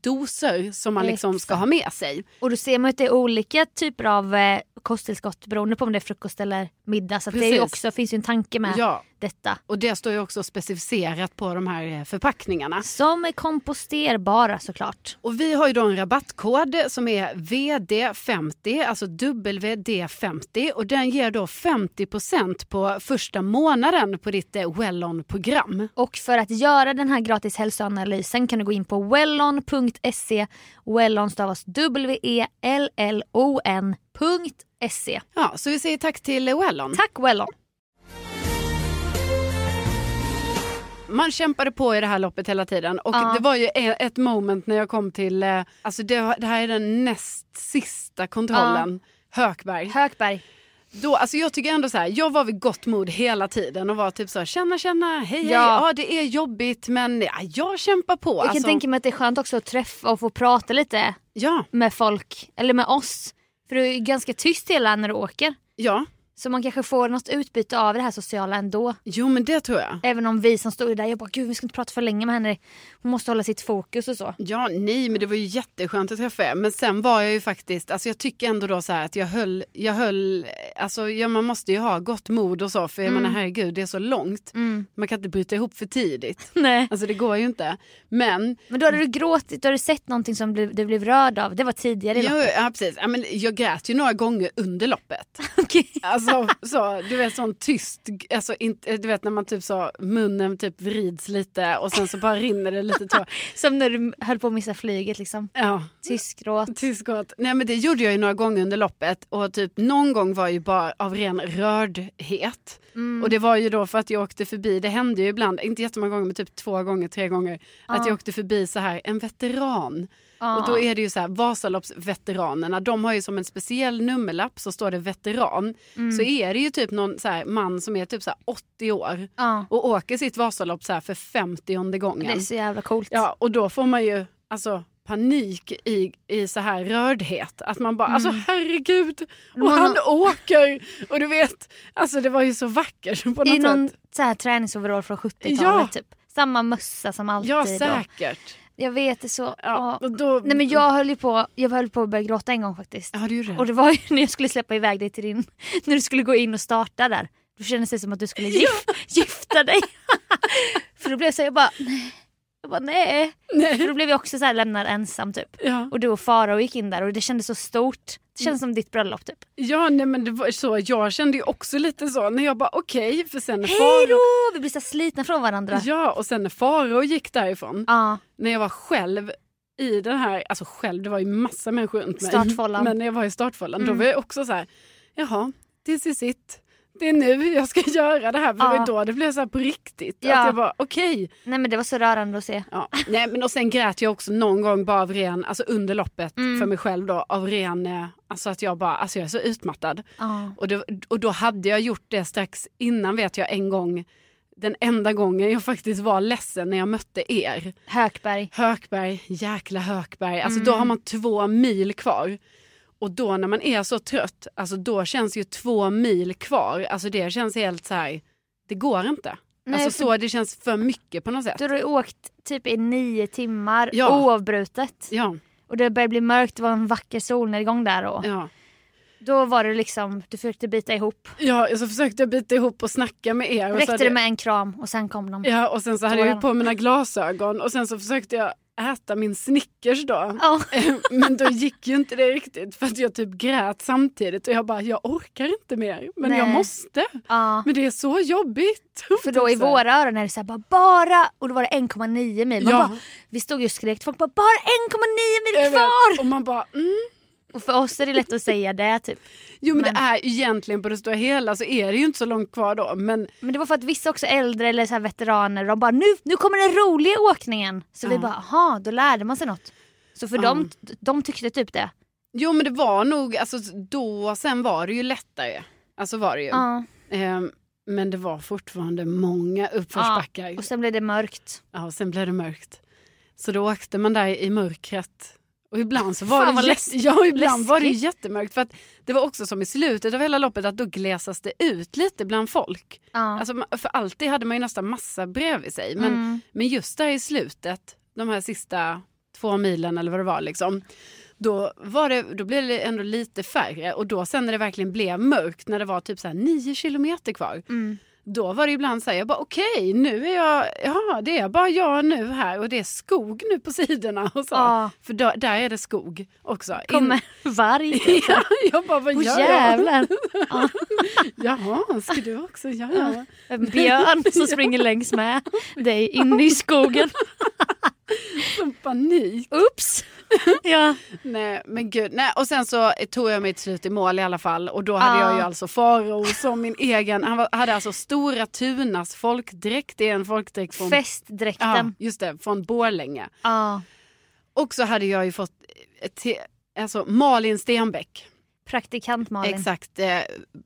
[SPEAKER 2] doser som man liksom ska ha med sig.
[SPEAKER 1] Och då ser man ju att det är olika typer av eh, kosttillskott beroende på om det är frukost eller middag. Så att det är ju
[SPEAKER 2] Precis.
[SPEAKER 1] också, finns ju en tanke med
[SPEAKER 2] Ja,
[SPEAKER 1] detta.
[SPEAKER 2] Och det står ju också specificerat på de här eh, förpackningarna.
[SPEAKER 1] Som är komposterbara såklart.
[SPEAKER 2] Och vi har ju då en rabattkod som är VD50, alltså WD50 och den ger då 50% på första månaden på ditt eh, Wellon-program.
[SPEAKER 1] Och för att göra den här gratis hälsoanalysen kan du gå in på wellon.se. Wellon stavas E W-E-L-L-O-N.se.
[SPEAKER 2] Ja, så vi säger tack till eh, Wellon.
[SPEAKER 1] Tack Wellon!
[SPEAKER 2] Man kämpade på i det här loppet hela tiden och
[SPEAKER 1] Ja.
[SPEAKER 2] det var ju e- ett moment när jag kom till, eh, alltså det, det här är den näst sista kontrollen, Hökberg.
[SPEAKER 1] Hökberg.
[SPEAKER 2] Då, alltså jag tycker ändå så här, jag var vid gott mod hela tiden och var typ så här, känna känna, hej hej,
[SPEAKER 1] Ja.
[SPEAKER 2] ja. det är jobbigt men ja, jag kämpar på. Alltså,
[SPEAKER 1] Jag kan tänka mig att det är skönt också att träffa och få prata lite
[SPEAKER 2] Ja,
[SPEAKER 1] med folk, eller med oss. För du är ju ganska tyst hela när du åker.
[SPEAKER 2] ja,
[SPEAKER 1] Så man kanske får något utbyte av det här sociala ändå.
[SPEAKER 2] jo men det tror jag.
[SPEAKER 1] Även om vi som stod där, jag bara gud vi ska inte prata för länge med henne. Hon måste hålla sitt fokus och så.
[SPEAKER 2] Ja, nej men det var ju jätteskönt att träffa er. Men sen var jag ju faktiskt, alltså jag tycker ändå då så här att jag höll, jag höll, alltså ja, man måste ju ha gott mod och så för jag menar
[SPEAKER 1] Mm.
[SPEAKER 2] herregud det är så långt. Man kan inte bryta ihop för tidigt.
[SPEAKER 1] Nej.
[SPEAKER 2] Alltså det går ju inte. Men
[SPEAKER 1] Men då hade du gråtit, då hade du sett någonting som du, du blev rörd av. Det var tidigare i
[SPEAKER 2] Jo,
[SPEAKER 1] loppet.
[SPEAKER 2] ja, precis. Ja, men jag grät ju några gånger under loppet. Alltså, så, du vet sån tyst, alltså, inte, du vet när man typ så, munnen typ vrids lite och sen så bara rinner det lite tår.
[SPEAKER 1] Som när du höll på att missa flyget liksom.
[SPEAKER 2] Ja,
[SPEAKER 1] Tyst gråt.
[SPEAKER 2] tyst gott. Nej men det gjorde jag ju några gånger under loppet och typ någon gång var jag ju bara av ren rördhet. Och det var ju då för att jag åkte förbi, det hände ju ibland, inte jättemånga gånger men typ två gånger, tre gånger, att jag åkte förbi så här en veteran. Och då är det ju så här, Vasaloppsveteranerna, de har ju som en speciell nummerlapp så står det veteran.
[SPEAKER 1] Mm.
[SPEAKER 2] Så är det ju typ någon så här man som är typ så här 80 år
[SPEAKER 1] Ja.
[SPEAKER 2] och åker sitt Vasalopp så här för 50 gången.
[SPEAKER 1] Det är så jävla coolt.
[SPEAKER 2] Ja, och då får man ju alltså, panik i, i så här rördhet. Att man bara, alltså herregud, och
[SPEAKER 1] Mm. Man-
[SPEAKER 2] han åker! Och du vet, alltså det var ju så vackert på något
[SPEAKER 1] I någon
[SPEAKER 2] sätt.
[SPEAKER 1] så här träningsoverall från 70-talet
[SPEAKER 2] Ja.
[SPEAKER 1] typ. Samma mössa som alltid.
[SPEAKER 2] Ja,
[SPEAKER 1] och-
[SPEAKER 2] säkert.
[SPEAKER 1] Jag vet det så. Ja.
[SPEAKER 2] och då...
[SPEAKER 1] Nej men jag höll ju på, jag höll på att börja gråta en gång faktiskt.
[SPEAKER 2] Ja, det är ju rätt.
[SPEAKER 1] Och det var ju när jag skulle släppa iväg dig till din, när du skulle gå in och starta där. Då kändes det som att du skulle gif, gifta dig. För då blev jag så här, jag bara nej. Jag bara nej. För då blev jag också så här lämnad ensam typ.
[SPEAKER 2] Ja.
[SPEAKER 1] Och du och Farao gick in där och det kändes så stort. Det kändes som ditt bröllop typ.
[SPEAKER 2] Ja, nej, men det var så. Jag kände ju också lite så när jag bara okej, för sen när
[SPEAKER 1] Hej då!
[SPEAKER 2] Faro...
[SPEAKER 1] Vi blir så här slitna från varandra. Ja.
[SPEAKER 2] Ja, och sen när Faro gick därifrån, när jag var själv i den här, alltså själv, det var ju massa människor runt mig.
[SPEAKER 1] Startfållan.
[SPEAKER 2] Men när jag var i startfållan, då
[SPEAKER 1] Mm.
[SPEAKER 2] var jag också så här, jaha, this is it. Det är nu jag ska göra det här. För det
[SPEAKER 1] Ja.
[SPEAKER 2] var ju då det blev så här på riktigt.
[SPEAKER 1] Ja.
[SPEAKER 2] Att jag bara okej.
[SPEAKER 1] Nej men det var så rörande att se.
[SPEAKER 2] Ja. Nej, men och sen grät jag också någon gång bara av ren, alltså under loppet
[SPEAKER 1] Mm.
[SPEAKER 2] för mig själv då, av ren, eh, alltså att jag bara, alltså jag är så utmattad.
[SPEAKER 1] Ja.
[SPEAKER 2] Och, det, och då hade jag gjort det strax innan vet jag en gång, den enda gången jag faktiskt var ledsen när jag mötte er.
[SPEAKER 1] Hökberg.
[SPEAKER 2] Hökberg, jäkla Hökberg, alltså
[SPEAKER 1] Mm.
[SPEAKER 2] då har man två mil kvar. Och då när man är så trött, alltså då känns ju två mil kvar, alltså det känns helt så här, det går inte.
[SPEAKER 1] Nej,
[SPEAKER 2] alltså så, det känns för mycket på något sätt.
[SPEAKER 1] Du har ju åkt typ i nio timmar
[SPEAKER 2] Ja.
[SPEAKER 1] oavbrutet.
[SPEAKER 2] Ja,
[SPEAKER 1] Och det började bli mörkt, det var en vacker solnedgång där. Och
[SPEAKER 2] ja.
[SPEAKER 1] Då var det liksom, du försökte bita ihop.
[SPEAKER 2] Ja, så försökte jag bita ihop och snacka med er. Och så
[SPEAKER 1] Räckte
[SPEAKER 2] hade-
[SPEAKER 1] det med en kram och sen kom de.
[SPEAKER 2] Ja, och sen så hade jag ju
[SPEAKER 1] Tårarna.
[SPEAKER 2] på mina glasögon och sen så försökte jag äta min Snickers då. Ehm,
[SPEAKER 1] Ja.
[SPEAKER 2] Men då gick ju inte det riktigt för att jag typ grät samtidigt och jag bara, jag orkar inte mer, men jag
[SPEAKER 1] Nej.
[SPEAKER 2] måste.
[SPEAKER 1] ja.
[SPEAKER 2] Men det är så jobbigt.
[SPEAKER 1] För då i
[SPEAKER 2] Så här.
[SPEAKER 1] våra öron är det såhär bara bara och då var det 1,9 mil. Man
[SPEAKER 2] Ja.
[SPEAKER 1] bara, vi stod ju och skrek till folk bara bara 1,9
[SPEAKER 2] Jag
[SPEAKER 1] mil
[SPEAKER 2] vet.
[SPEAKER 1] kvar!
[SPEAKER 2] Och man bara, mm.
[SPEAKER 1] Och för oss är det lätt att säga det typ.
[SPEAKER 2] Jo men,
[SPEAKER 1] Men-
[SPEAKER 2] det är ju egentligen på det stora hela så är det ju inte så långt kvar då. Men
[SPEAKER 1] Men det var för att vissa också äldre eller så här veteraner de bara nu, nu kommer den roliga åkningen. Så vi
[SPEAKER 2] Ja.
[SPEAKER 1] bara aha, då lärde man sig något. Så för
[SPEAKER 2] Ja.
[SPEAKER 1] dem, de tyckte typ det.
[SPEAKER 2] jo men det var nog, alltså då, sen var det ju lättare. Alltså var det ju.
[SPEAKER 1] Ja.
[SPEAKER 2] Ehm, men det var fortfarande många uppförsbackar.
[SPEAKER 1] Och sen blev det mörkt.
[SPEAKER 2] Ja, och sen blev det mörkt. Så då åkte man där i mörkret. Och ibland så var
[SPEAKER 1] Fan,
[SPEAKER 2] det,
[SPEAKER 1] vad
[SPEAKER 2] jätte-
[SPEAKER 1] läskigt.
[SPEAKER 2] ja, ibland var det
[SPEAKER 1] Läskigt.
[SPEAKER 2] jättemörkt. För att det var också som i slutet av hela loppet att då glesas det ut lite bland folk.
[SPEAKER 1] Ja.
[SPEAKER 2] Alltså, ma- för alltid hade man ju nästan massa bredvid sig. Men,
[SPEAKER 1] Mm.
[SPEAKER 2] men just där i slutet, de här sista två milen eller vad det var liksom. Då, var det, då blev det ändå lite färre och då sen när det verkligen blev mörkt när det var typ så här nio kilometer kvar.
[SPEAKER 1] Mm.
[SPEAKER 2] Då var det ibland så här, jag bara okej nu är jag, ja det är bara jag nu här och det är skog nu på sidorna och så.
[SPEAKER 1] Ja.
[SPEAKER 2] För då, där är det skog också. In-
[SPEAKER 1] Kommer varg. typ.
[SPEAKER 2] Ja, jag bara vad
[SPEAKER 1] Åh
[SPEAKER 2] gör jag?
[SPEAKER 1] jävlar!
[SPEAKER 2] Jaha, ska du också göra?
[SPEAKER 1] En björn som springer längs med dig in i skogen.
[SPEAKER 2] Som panik.
[SPEAKER 1] Oops! Ja.
[SPEAKER 2] Nej men gud, nej och sen så tog jag mig till slut i mål i alla fall och då hade
[SPEAKER 1] Ja.
[SPEAKER 2] jag ju alltså Faro som min egen, han var, hade alltså Stora Tunas folkdräkt, det är en folkdräkt från, ja,
[SPEAKER 1] Festdräkten.
[SPEAKER 2] just det, från Borlänge.
[SPEAKER 1] Ja.
[SPEAKER 2] Och så hade jag ju fått eh, te, alltså Malin Stenbeck,
[SPEAKER 1] Praktikant Malin.
[SPEAKER 2] exakt, eh,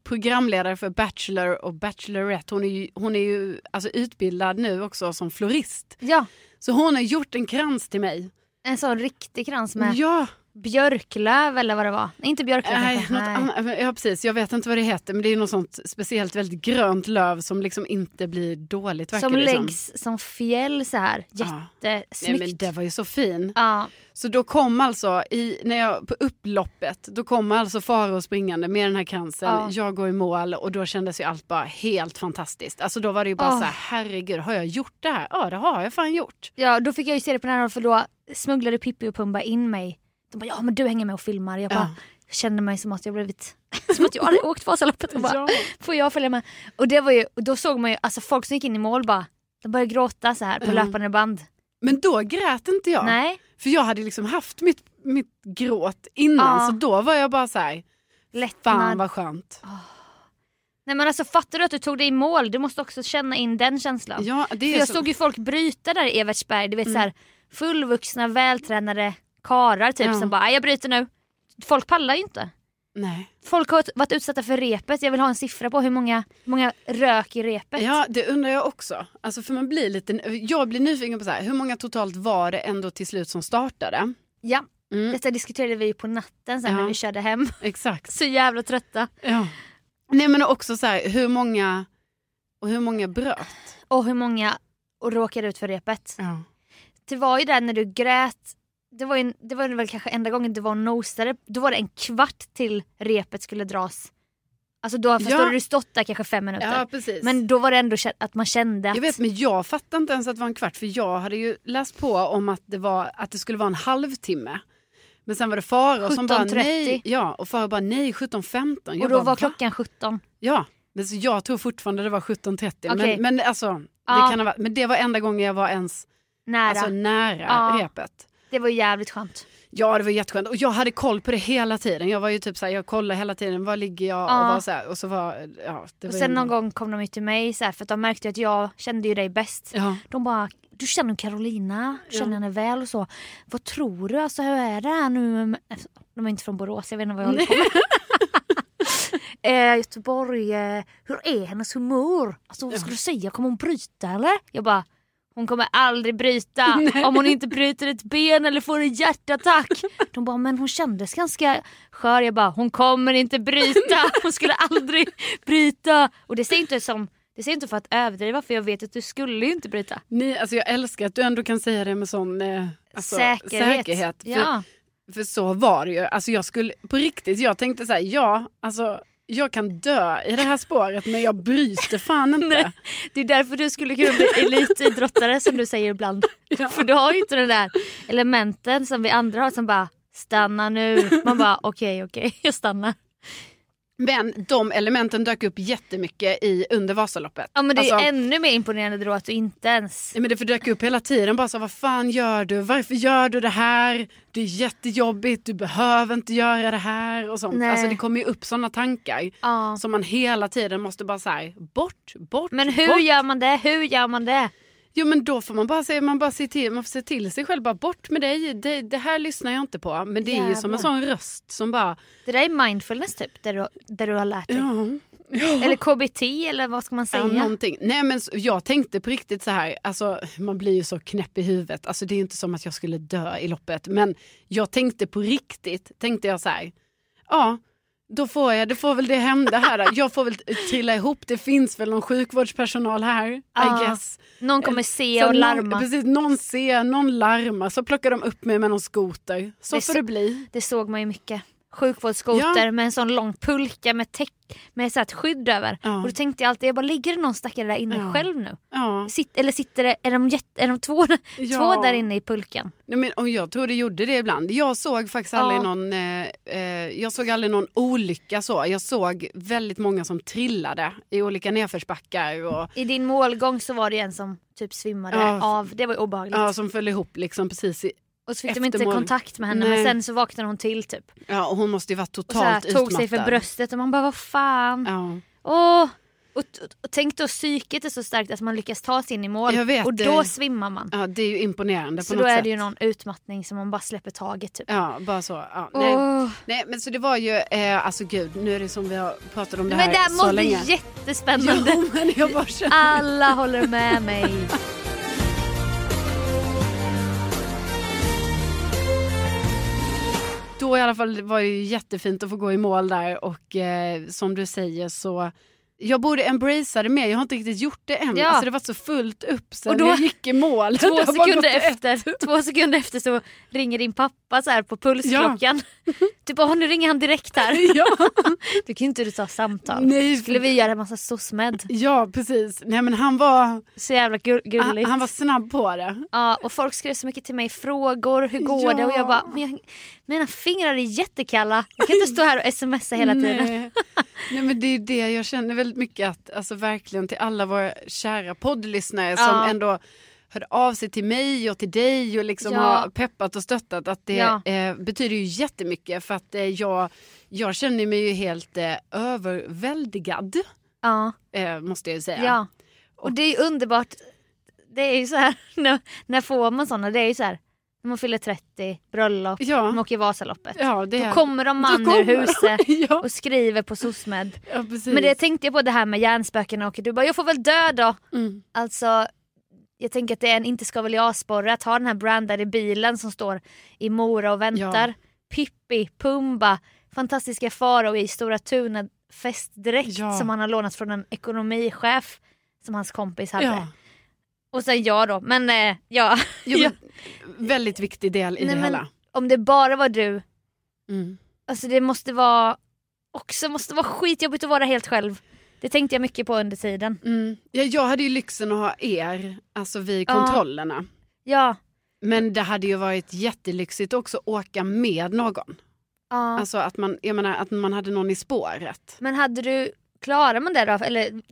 [SPEAKER 2] programledare för Bachelor och Bachelorette. Hon är ju, hon är ju alltså, utbildad nu också som florist.
[SPEAKER 1] Ja,
[SPEAKER 2] Så hon har gjort en krans till mig.
[SPEAKER 1] en sån riktig krans med
[SPEAKER 2] Ja,
[SPEAKER 1] björklöv eller vad det var. Nej, Inte björklöv
[SPEAKER 2] nej,
[SPEAKER 1] kanske.
[SPEAKER 2] något
[SPEAKER 1] Nej.
[SPEAKER 2] annat, ja precis, jag vet inte vad det heter men det är något sånt speciellt väldigt grönt löv som liksom inte blir dåligt verkar
[SPEAKER 1] Som
[SPEAKER 2] det som.
[SPEAKER 1] läggs som fjäll så här.
[SPEAKER 2] Ja. Nej,
[SPEAKER 1] Jättesnyggt.
[SPEAKER 2] men det var ju så fin.
[SPEAKER 1] Ja.
[SPEAKER 2] Så då kom alltså, i, när jag, på upploppet, då kom alltså Faro springande med den här kransen.
[SPEAKER 1] Ja.
[SPEAKER 2] Jag går i mål och då kändes ju allt bara helt fantastiskt. Alltså då var det ju bara
[SPEAKER 1] Åh.
[SPEAKER 2] så här, herregud, har jag gjort det här? Ja, det har jag fan gjort.
[SPEAKER 1] ja, då fick jag ju se det på nära håll för då smugglade Pippi och Pumba in mig. De bara ja men du hänger med och filmar. Jag bara
[SPEAKER 2] Ja.
[SPEAKER 1] kände mig som att jag blivit som att jag aldrig åkt Vasaloppet. Och bara,
[SPEAKER 2] Ja.
[SPEAKER 1] Får jag följa med? Och det var ju, och då såg man ju alltså folk som gick in i mål bara, de började gråta så här på
[SPEAKER 2] Mm.
[SPEAKER 1] löpande band.
[SPEAKER 2] Men då grät inte jag.
[SPEAKER 1] Nej,
[SPEAKER 2] För jag hade liksom haft mitt, mitt gråt innan
[SPEAKER 1] Ja.
[SPEAKER 2] så då var jag bara så här, fan
[SPEAKER 1] lättnad.
[SPEAKER 2] vad skönt.
[SPEAKER 1] Nej men alltså fattar du att du tog dig i mål? Du måste också känna in den känslan.
[SPEAKER 2] Ja, det
[SPEAKER 1] För
[SPEAKER 2] är
[SPEAKER 1] jag
[SPEAKER 2] så... Mm.
[SPEAKER 1] såg ju folk bryta där i Evertsberg, du vet så här fullvuxna vältränade karar typ
[SPEAKER 2] Ja.
[SPEAKER 1] som bara "Aj, jag bryter nu. Folk pallar ju inte.
[SPEAKER 2] Nej.
[SPEAKER 1] Folk har varit utsatta för repet, jag vill ha en siffra på hur många, hur många rök i repet.
[SPEAKER 2] Ja, det undrar jag också. Alltså, för man blir lite... Jag blir nyfiken på så här, hur många totalt var det ändå till slut som startade?
[SPEAKER 1] Ja,
[SPEAKER 2] Mm,
[SPEAKER 1] Detta diskuterade vi ju på natten sen
[SPEAKER 2] Ja.
[SPEAKER 1] när vi körde hem.
[SPEAKER 2] exakt.
[SPEAKER 1] Så jävla trötta.
[SPEAKER 2] Ja. Nej men också så här, hur många och hur många bröt?
[SPEAKER 1] Och hur många och råkade ut för repet.
[SPEAKER 2] Ja.
[SPEAKER 1] det var ju där när du grät, det var ju en, det var väl kanske enda gången du var och nosade, då var det en kvart till repet skulle dras. Alltså då förstår
[SPEAKER 2] Ja.
[SPEAKER 1] du, du stått där kanske fem minuter.
[SPEAKER 2] Ja, precis.
[SPEAKER 1] Men då var det ändå kä- att man kände att...
[SPEAKER 2] Jag vet men jag fattade inte ens att det var en kvart för jag hade ju läst på om att det, var, att det skulle vara en halvtimme. Men sen var det Farao som bara
[SPEAKER 1] 17.30.
[SPEAKER 2] nej. Ja, och Farao bara nej 17.15. Jag
[SPEAKER 1] och då
[SPEAKER 2] bara,
[SPEAKER 1] var
[SPEAKER 2] "Va?"
[SPEAKER 1] klockan 17.
[SPEAKER 2] Ja, men så jag tror fortfarande det var 17.30.
[SPEAKER 1] Okej.
[SPEAKER 2] Men, men alltså, det
[SPEAKER 1] Ja.
[SPEAKER 2] kan ha varit, men det var enda gången jag var ens
[SPEAKER 1] Nära.
[SPEAKER 2] alltså, nära
[SPEAKER 1] Ja.
[SPEAKER 2] repet.
[SPEAKER 1] det var ju jävligt skönt.
[SPEAKER 2] Ja, det var jätteskönt. Och jag hade koll på det hela tiden. Jag var ju typ så här, jag kollade hela tiden, var ligger jag?
[SPEAKER 1] Ja.
[SPEAKER 2] Och, var så här, och så var, ja. Det var
[SPEAKER 1] Och
[SPEAKER 2] ju
[SPEAKER 1] sen
[SPEAKER 2] en-
[SPEAKER 1] någon gång kom de ju till mig så här, för att de märkte ju att jag kände ju dig bäst.
[SPEAKER 2] Ja.
[SPEAKER 1] De bara, du känner ju Carolina, du känner
[SPEAKER 2] Ja.
[SPEAKER 1] henne väl och så. Vad tror du, alltså hur är det här nu? med-" De är inte från Borås, jag vet inte vad jag håller på med. eh, Göteborg, eh, hur är hennes humör? Alltså vad ska du säga, kommer hon bryta eller? Jag bara, hon kommer aldrig bryta om hon inte bryter ett ben eller får en hjärtattack. De bara, men hon kändes ganska skör. Jag bara, hon kommer inte bryta. Hon skulle aldrig bryta. Och det säger inte som det säger inte för att överdriva för jag vet att du skulle ju inte bryta.
[SPEAKER 2] Ni, alltså jag älskar att du ändå kan säga det med sån eh, alltså,
[SPEAKER 1] säkerhet.
[SPEAKER 2] säkerhet. För,
[SPEAKER 1] Ja.
[SPEAKER 2] för så var det ju. Alltså jag skulle, på riktigt, jag tänkte så här, ja, alltså jag kan dö i det här spåret men jag bryter fan
[SPEAKER 1] Nej.
[SPEAKER 2] inte.
[SPEAKER 1] Det är därför du skulle kunna bli elitidrottare som du säger ibland. För du har ju inte den där elementen som vi andra har som bara stanna nu. Man bara okej okej jag stannar.
[SPEAKER 2] Men de elementen dök upp jättemycket i under Vasaloppet.
[SPEAKER 1] Ja men det är
[SPEAKER 2] Alltså,
[SPEAKER 1] ännu mer imponerande då att du inte ens
[SPEAKER 2] Nej, men det för dök upp hela tiden. Bara så, vad fan gör du? Varför gör du det här? Det är jättejobbigt. Du behöver inte göra det här. Och sånt.
[SPEAKER 1] Nej.
[SPEAKER 2] Alltså, det kommer ju upp sådana tankar
[SPEAKER 1] Ja.
[SPEAKER 2] som man hela tiden måste bara så här, bort, bort,
[SPEAKER 1] Men hur
[SPEAKER 2] bort.
[SPEAKER 1] gör man det? Hur gör man det?
[SPEAKER 2] Jo men då får man bara se, man bara se, till, man får se till sig själv. Bara, bort med dig. Det, det här lyssnar jag inte på. Men det är ju som
[SPEAKER 1] Jävlar.
[SPEAKER 2] en sån röst som bara...
[SPEAKER 1] Det där är mindfulness typ, där du, där du har lärt dig.
[SPEAKER 2] Ja.
[SPEAKER 1] Eller KBT eller vad ska man säga?
[SPEAKER 2] Ja, någonting. Nej, men så- jag tänkte på riktigt så här, alltså, man blir ju så knäpp i huvudet. Alltså, det är inte som att jag skulle dö i loppet, men jag tänkte på riktigt, tänkte jag så här, ja, då får jag, det får väl det hända här. då. Jag får väl trilla ihop, det finns väl någon sjukvårdspersonal här,
[SPEAKER 1] Ja.
[SPEAKER 2] I guess.
[SPEAKER 1] Någon kommer se
[SPEAKER 2] Så
[SPEAKER 1] och larma.
[SPEAKER 2] Någon, precis, någon ser, någon larmar, så plockar de upp mig med någon skoter. Så
[SPEAKER 1] Det är
[SPEAKER 2] får
[SPEAKER 1] så-
[SPEAKER 2] det bli.
[SPEAKER 1] Det såg man ju mycket. Sjukvårdsskoter
[SPEAKER 2] Ja.
[SPEAKER 1] med en sån lång pulka med, täck, med så här ett skydd över.
[SPEAKER 2] Ja.
[SPEAKER 1] Och då tänkte jag alltid, jag bara, ligger det någon stackare där inne
[SPEAKER 2] Ja.
[SPEAKER 1] själv nu?
[SPEAKER 2] Ja.
[SPEAKER 1] Sitt, eller sitter det, är, de jätte, är de två,
[SPEAKER 2] Ja.
[SPEAKER 1] två där inne i pulkan?
[SPEAKER 2] Nej, men, och jag tror det gjorde det ibland. Jag såg faktiskt
[SPEAKER 1] Ja.
[SPEAKER 2] aldrig, någon, eh, eh, jag såg aldrig någon olycka så. Jag såg väldigt många som trillade i olika nedförsbackar och
[SPEAKER 1] I din målgång så var det ju en som typ svimmade
[SPEAKER 2] Ja.
[SPEAKER 1] av, det var ju obehagligt.
[SPEAKER 2] ja, som föll ihop liksom precis i,
[SPEAKER 1] och så fick de inte
[SPEAKER 2] eftermål.
[SPEAKER 1] kontakt med henne men
[SPEAKER 2] Nej.
[SPEAKER 1] sen så vaknade hon till typ.
[SPEAKER 2] ja, och hon måste ju varit
[SPEAKER 1] Och så här,
[SPEAKER 2] totalt
[SPEAKER 1] tog sig för
[SPEAKER 2] utmattad.
[SPEAKER 1] bröstet och man bara vad fan.
[SPEAKER 2] Ja.
[SPEAKER 1] Åh! Och, och, och tänk då psyket är så starkt att man lyckas ta sig in i mål
[SPEAKER 2] Jag vet
[SPEAKER 1] och
[SPEAKER 2] det.
[SPEAKER 1] då svimmar man.
[SPEAKER 2] ja, det är ju imponerande
[SPEAKER 1] Så
[SPEAKER 2] på
[SPEAKER 1] då
[SPEAKER 2] något
[SPEAKER 1] är
[SPEAKER 2] sätt.
[SPEAKER 1] det ju någon utmattning som man bara släpper taget typ.
[SPEAKER 2] Ja, bara så. Ja, nej.
[SPEAKER 1] Åh.
[SPEAKER 2] nej, men så det var ju, eh, alltså gud, nu är det som vi har pratat om det
[SPEAKER 1] Men det
[SPEAKER 2] här
[SPEAKER 1] här
[SPEAKER 2] så
[SPEAKER 1] mådde
[SPEAKER 2] länge.
[SPEAKER 1] jättespännande.
[SPEAKER 2] Jo, men jag bara känner...
[SPEAKER 1] Alla håller med mig.
[SPEAKER 2] Då i alla fall var det ju jättefint att få gå i mål där och eh, som du säger så jag borde embracea det mer, jag har inte riktigt gjort det än.
[SPEAKER 1] Ja.
[SPEAKER 2] Alltså det var så fullt upp sen
[SPEAKER 1] Och då-
[SPEAKER 2] jag gick i mål. Det
[SPEAKER 1] Två
[SPEAKER 2] har bara gått
[SPEAKER 1] sekunder,
[SPEAKER 2] ett.
[SPEAKER 1] efter, två sekunder efter så ringer din pappa så här på pulsklockan. Typ åh nu ringer han direkt här.
[SPEAKER 2] Ja.
[SPEAKER 1] Då kan ju inte du ta samtal.
[SPEAKER 2] Nej,
[SPEAKER 1] Skulle vi göra en massa SOSmed.
[SPEAKER 2] ja, precis. Nej men han var,
[SPEAKER 1] Så jävla gull-
[SPEAKER 2] Ah, han,
[SPEAKER 1] gulligt.
[SPEAKER 2] han var snabb på det.
[SPEAKER 1] Ja, och folk skrev så mycket till mig, frågor, hur går det? Och jag bara, men jag, mina fingrar är jättekalla. Jag kan inte stå här och smsa hela tiden.
[SPEAKER 2] Nej. Nej men det är ju det jag känner väldigt mycket att, alltså verkligen till alla våra kära poddlyssnare som
[SPEAKER 1] Ja.
[SPEAKER 2] ändå hörde av sig till mig och till dig och liksom
[SPEAKER 1] Ja.
[SPEAKER 2] har peppat och stöttat att det
[SPEAKER 1] Ja.
[SPEAKER 2] eh, betyder ju jättemycket för att eh, jag, jag känner mig ju helt eh, överväldigad
[SPEAKER 1] Ja.
[SPEAKER 2] eh, måste jag ju säga.
[SPEAKER 1] Ja. Och det är ju underbart. Det är ju så här, när, när får man sådana? Det är ju så här, när man fyller 30, bröllop,
[SPEAKER 2] Ja.
[SPEAKER 1] man åker Vasaloppet.
[SPEAKER 2] Ja, det
[SPEAKER 1] Då
[SPEAKER 2] är-
[SPEAKER 1] kommer de man
[SPEAKER 2] Då
[SPEAKER 1] ur
[SPEAKER 2] kommer de.
[SPEAKER 1] huset
[SPEAKER 2] ja,
[SPEAKER 1] och skriver på SOSMED.
[SPEAKER 2] ja, precis.
[SPEAKER 1] Men det tänkte jag på det här med hjärnspöken och du bara, jag får väl dö då.
[SPEAKER 2] Mm.
[SPEAKER 1] Alltså, jag tänker att det är en inte ska väl jag-sporre att ha den här brandade bilen som står i Mora och väntar. Pippi, Pumba, fantastiska Farao i Stora Tuna festdräkt
[SPEAKER 2] Ja.
[SPEAKER 1] som han har lånat från en ekonomichef som hans kompis hade.
[SPEAKER 2] ja.
[SPEAKER 1] Och sen jag då, men eh, ja.
[SPEAKER 2] Jo,
[SPEAKER 1] Ja.
[SPEAKER 2] men, väldigt viktig del i
[SPEAKER 1] Nej,
[SPEAKER 2] det
[SPEAKER 1] men-
[SPEAKER 2] hela.
[SPEAKER 1] Om det bara var du,
[SPEAKER 2] Mm.
[SPEAKER 1] alltså det måste vara också måste vara skitjobbigt att vara helt själv. Det tänkte jag mycket på under tiden.
[SPEAKER 2] Mm. Ja, jag hade ju lyxen att ha er, alltså vid
[SPEAKER 1] Ja.
[SPEAKER 2] kontrollerna.
[SPEAKER 1] Ja.
[SPEAKER 2] Men det hade ju varit jättelyxigt också att åka med någon.
[SPEAKER 1] ja.
[SPEAKER 2] Alltså att man, jag menar, att man hade någon i spåret.
[SPEAKER 1] Men hade du, klarar man det då? Eller,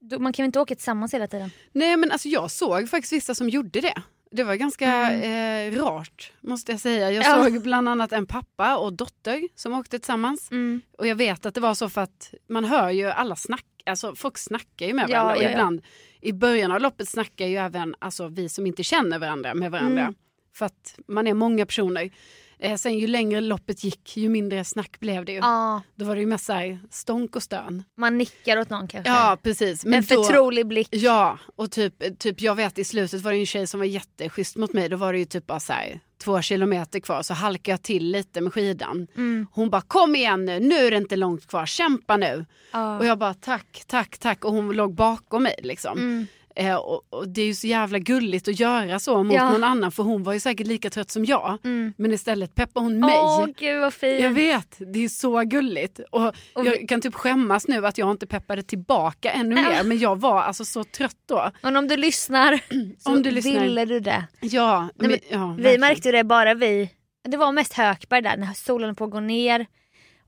[SPEAKER 1] du- man kan väl inte åka tillsammans hela tiden?
[SPEAKER 2] Nej men alltså jag såg faktiskt vissa som gjorde det. Det var ganska eh, rart måste jag säga. Jag
[SPEAKER 1] Mm. Ja.
[SPEAKER 2] såg bland annat en pappa och dotter som åkte tillsammans. Och jag vet att det var så för att man hör ju alla snack, alltså folk snackar ju med
[SPEAKER 1] Ja,
[SPEAKER 2] varandra.
[SPEAKER 1] ja, ja.
[SPEAKER 2] och ibland i början av loppet snackar ju även alltså, vi som inte känner varandra med varandra.
[SPEAKER 1] Mm.
[SPEAKER 2] För att man är många personer. Eh, sen ju längre loppet gick ju mindre snack blev det ju.
[SPEAKER 1] Ja,
[SPEAKER 2] Då var det ju mest så här, stånk och stön.
[SPEAKER 1] man nickar åt någon kanske.
[SPEAKER 2] Ja precis.
[SPEAKER 1] en
[SPEAKER 2] då-
[SPEAKER 1] förtrolig blick.
[SPEAKER 2] Ja, och typ, typ jag vet i slutet var det en tjej som var jätteschysst mot mig. Då var det ju typ bara så här, två kilometer kvar så halkade jag till lite med skidan.
[SPEAKER 1] Mm.
[SPEAKER 2] Hon bara kom igen nu, nu är det inte långt kvar, kämpa nu.
[SPEAKER 1] Ja.
[SPEAKER 2] Och jag bara tack, tack, tack och hon låg bakom mig liksom.
[SPEAKER 1] Mm.
[SPEAKER 2] Eh, och, och det är ju så jävla gulligt att göra så mot
[SPEAKER 1] Ja.
[SPEAKER 2] någon annan för hon var ju säkert lika trött som jag.
[SPEAKER 1] Mm.
[SPEAKER 2] Men istället peppar hon mig.
[SPEAKER 1] Åh gud vad
[SPEAKER 2] Jag
[SPEAKER 1] fint.
[SPEAKER 2] vet, det är så gulligt. Och
[SPEAKER 1] Och
[SPEAKER 2] jag kan typ skämmas nu att jag inte peppade tillbaka ännu
[SPEAKER 1] Ja.
[SPEAKER 2] mer. Men jag var alltså så trött då.
[SPEAKER 1] Men om du lyssnar så
[SPEAKER 2] Om du lyssnar.
[SPEAKER 1] ville du det.
[SPEAKER 2] Ja,
[SPEAKER 1] Nej,
[SPEAKER 2] men, ja
[SPEAKER 1] Vi
[SPEAKER 2] verkligen.
[SPEAKER 1] märkte ju det bara vi. Det var mest Hökberg där när solen höll på att gå ner.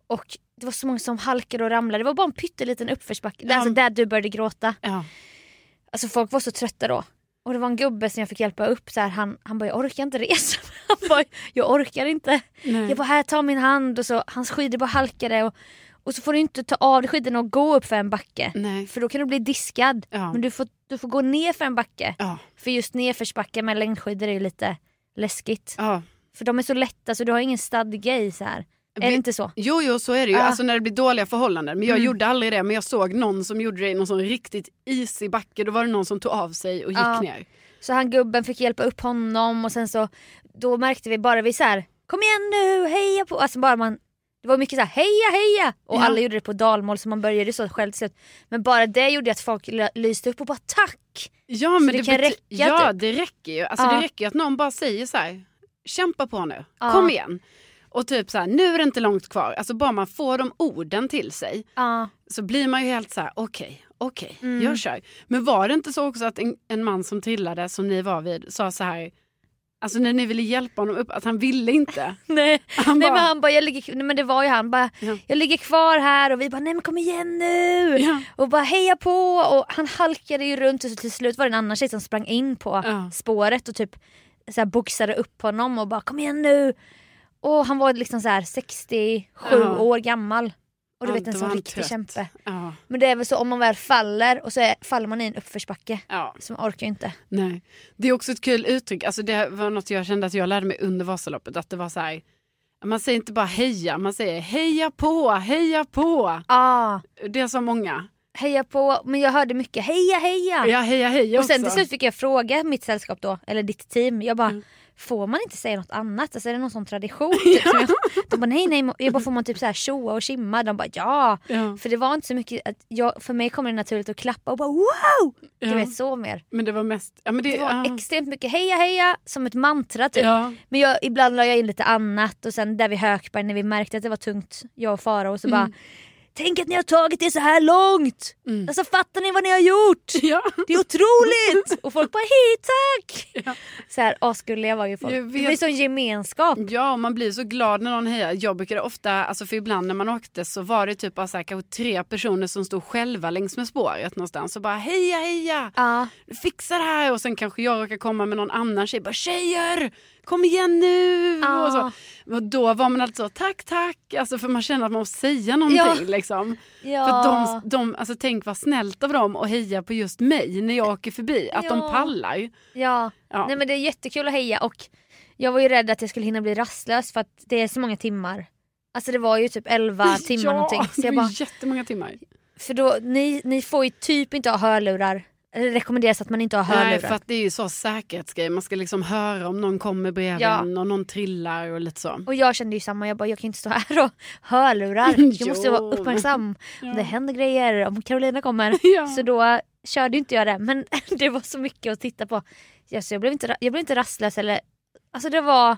[SPEAKER 1] Och det var så många som halkade och ramlade. Det var bara en pytteliten uppförsbacke.
[SPEAKER 2] Ja.
[SPEAKER 1] Alltså där du började gråta.
[SPEAKER 2] Ja.
[SPEAKER 1] Alltså folk var så trötta då. Och det var en gubbe som jag fick hjälpa upp. Så här, han, han bara jag orkar inte resa. Han bara jag orkar inte.
[SPEAKER 2] Nej.
[SPEAKER 1] Jag bara här ta min hand. Och så hans skidor bara halkade. Och, och så får du inte ta av dig skidorna och gå upp för en backe.
[SPEAKER 2] Nej.
[SPEAKER 1] För då kan du bli diskad.
[SPEAKER 2] Ja.
[SPEAKER 1] Men du får, du får gå ner för en backe.
[SPEAKER 2] Ja.
[SPEAKER 1] För just nedförsbacke med längdskidor är ju lite läskigt.
[SPEAKER 2] ja.
[SPEAKER 1] För de är så lätta så du har ingen stadga i så här. Är
[SPEAKER 2] Vi-
[SPEAKER 1] det inte så?
[SPEAKER 2] Jo, jo, så är det ju.
[SPEAKER 1] Ja. Mm.
[SPEAKER 2] Alltså när det blir dåliga förhållanden. Men jag gjorde aldrig det. Men jag såg någon som gjorde det i någon sån riktigt isig backe. Då var det någon som tog av sig och gick
[SPEAKER 1] Ja.
[SPEAKER 2] ner.
[SPEAKER 1] Så han gubben fick hjälpa upp honom och sen så då märkte vi bara vi så här kom igen nu, heja på, alltså bara man det var mycket så här heja heja och
[SPEAKER 2] Ja.
[SPEAKER 1] alla gjorde det på dalmål så man började så själv till slut. Men bara det gjorde att folk ly- lyste upp och bara tack!
[SPEAKER 2] Ja, men
[SPEAKER 1] det kan
[SPEAKER 2] bety-
[SPEAKER 1] räcka,
[SPEAKER 2] Ja,
[SPEAKER 1] typ.
[SPEAKER 2] det räcker ju. Alltså,
[SPEAKER 1] Ja.
[SPEAKER 2] Det räcker ju att någon bara säger så här. Kämpa på nu.
[SPEAKER 1] Ja.
[SPEAKER 2] Kom igen. Och typ så här, nu är det inte långt kvar. Alltså bara man får de orden till sig.
[SPEAKER 1] Ja,
[SPEAKER 2] så blir man ju helt så här, okej, okej,
[SPEAKER 1] Mm.
[SPEAKER 2] jag kör. Men var det inte så också att en, en man som trillade, som ni var vid, sa så här, alltså när ni ville hjälpa honom upp, att han ville inte.
[SPEAKER 1] nej,
[SPEAKER 2] Han
[SPEAKER 1] nej
[SPEAKER 2] bara,
[SPEAKER 1] men han bara jag ligger, nej, men det var ju han bara
[SPEAKER 2] Ja.
[SPEAKER 1] jag ligger kvar här och vi bara nej men kom igen nu!
[SPEAKER 2] ja,
[SPEAKER 1] Och bara heja på och han halkade ju runt och så till slut var det en annan tjej som sprang in på
[SPEAKER 2] Ja.
[SPEAKER 1] spåret och typ så här boxade upp honom och bara kom igen nu. Och han var liksom så här 67
[SPEAKER 2] Ja.
[SPEAKER 1] år gammal. Och du
[SPEAKER 2] Ja,
[SPEAKER 1] vet en
[SPEAKER 2] då var
[SPEAKER 1] sån
[SPEAKER 2] han
[SPEAKER 1] riktig
[SPEAKER 2] trött.
[SPEAKER 1] kämpe.
[SPEAKER 2] ja,
[SPEAKER 1] Men det är väl så om man väl faller och så är, faller man i en uppförsbacke.
[SPEAKER 2] ja,
[SPEAKER 1] Så man orkar ju inte.
[SPEAKER 2] nej. Det är också ett kul uttryck, alltså det var något jag kände att jag lärde mig under Vasaloppet, att det var så här, man säger inte bara heja, man säger heja på, heja på.
[SPEAKER 1] Ah,
[SPEAKER 2] Det sa många.
[SPEAKER 1] heja på, men jag hörde mycket heja heja.
[SPEAKER 2] Ja, heja heja
[SPEAKER 1] Och sen till
[SPEAKER 2] också. Mm.
[SPEAKER 1] slut fick jag fråga mitt sällskap då, eller ditt team, jag bara Får man inte säga något annat? Alltså är det någon sån tradition? Typ, som jag, de bara nej nej, jag bara får man typ så här tjoa och tjimma? De bara ja!
[SPEAKER 2] Ja,
[SPEAKER 1] För det var inte så mycket, att jag, för mig kommer det naturligt att klappa och bara wow! Du
[SPEAKER 2] ja.
[SPEAKER 1] vet så mer.
[SPEAKER 2] Men det var mest, ja men det,
[SPEAKER 1] Det var
[SPEAKER 2] ja.
[SPEAKER 1] extremt mycket heja heja som ett mantra typ.
[SPEAKER 2] ja.
[SPEAKER 1] Men jag, ibland la jag in lite annat och sen där vid Hökberg när vi märkte att det var tungt, jag och Farao, så bara Tänk att ni har tagit det så här långt!
[SPEAKER 2] Mm.
[SPEAKER 1] Alltså fattar ni vad ni har gjort?
[SPEAKER 2] ja.
[SPEAKER 1] Det är otroligt! Och folk bara hej tack! Så här asgulliga var ju folk.
[SPEAKER 2] Jag vet.
[SPEAKER 1] Det blir sån gemenskap.
[SPEAKER 2] Ja, och man blir så glad när någon hejar. Jag brukade ofta, alltså för ibland när man åkte så var det typ bara så här, kanske tre personer som stod själva längs med spåret någonstans och bara heja heja,
[SPEAKER 1] Ja.
[SPEAKER 2] fixa det här och sen kanske jag råkar komma med någon annan tjej bara tjejer, kom igen nu
[SPEAKER 1] Ja.
[SPEAKER 2] och så. Och då var man alltid så tack tack, alltså för man känner att man måste säga någonting
[SPEAKER 1] Ja.
[SPEAKER 2] liksom.
[SPEAKER 1] ja.
[SPEAKER 2] För att de, de, alltså tänk vad snällt av dem att heja på just mig när jag åker förbi, att de
[SPEAKER 1] Ja.
[SPEAKER 2] pallar.
[SPEAKER 1] ja.
[SPEAKER 2] Ja.
[SPEAKER 1] Nej men det är jättekul att heja och jag var ju rädd att jag skulle hinna bli rastlös för att det är så många timmar. Alltså det var ju typ 11 timmar
[SPEAKER 2] ja,
[SPEAKER 1] någonting. Så
[SPEAKER 2] det
[SPEAKER 1] jag
[SPEAKER 2] är
[SPEAKER 1] bara,
[SPEAKER 2] jättemånga timmar.
[SPEAKER 1] för då, ni, ni får ju typ inte ha hörlurar. Eller det rekommenderas att man inte har hörlurar.
[SPEAKER 2] Nej, för att det är ju så säkerhetsgrej. Man ska liksom höra om någon kommer bredvid
[SPEAKER 1] Ja.
[SPEAKER 2] en och någon trillar och lite så.
[SPEAKER 1] Och jag kände ju samma, jag bara jag kan inte stå här och hörlurar. Jag måste vara
[SPEAKER 2] Jo.
[SPEAKER 1] uppmärksam.
[SPEAKER 2] Ja.
[SPEAKER 1] Det händer grejer om Carolina kommer.
[SPEAKER 2] Ja.
[SPEAKER 1] Så då körde ju inte jag det men det var så mycket att titta på. Yes, jag, blev inte, ra- jag blev inte rastlös eller... Alltså det var...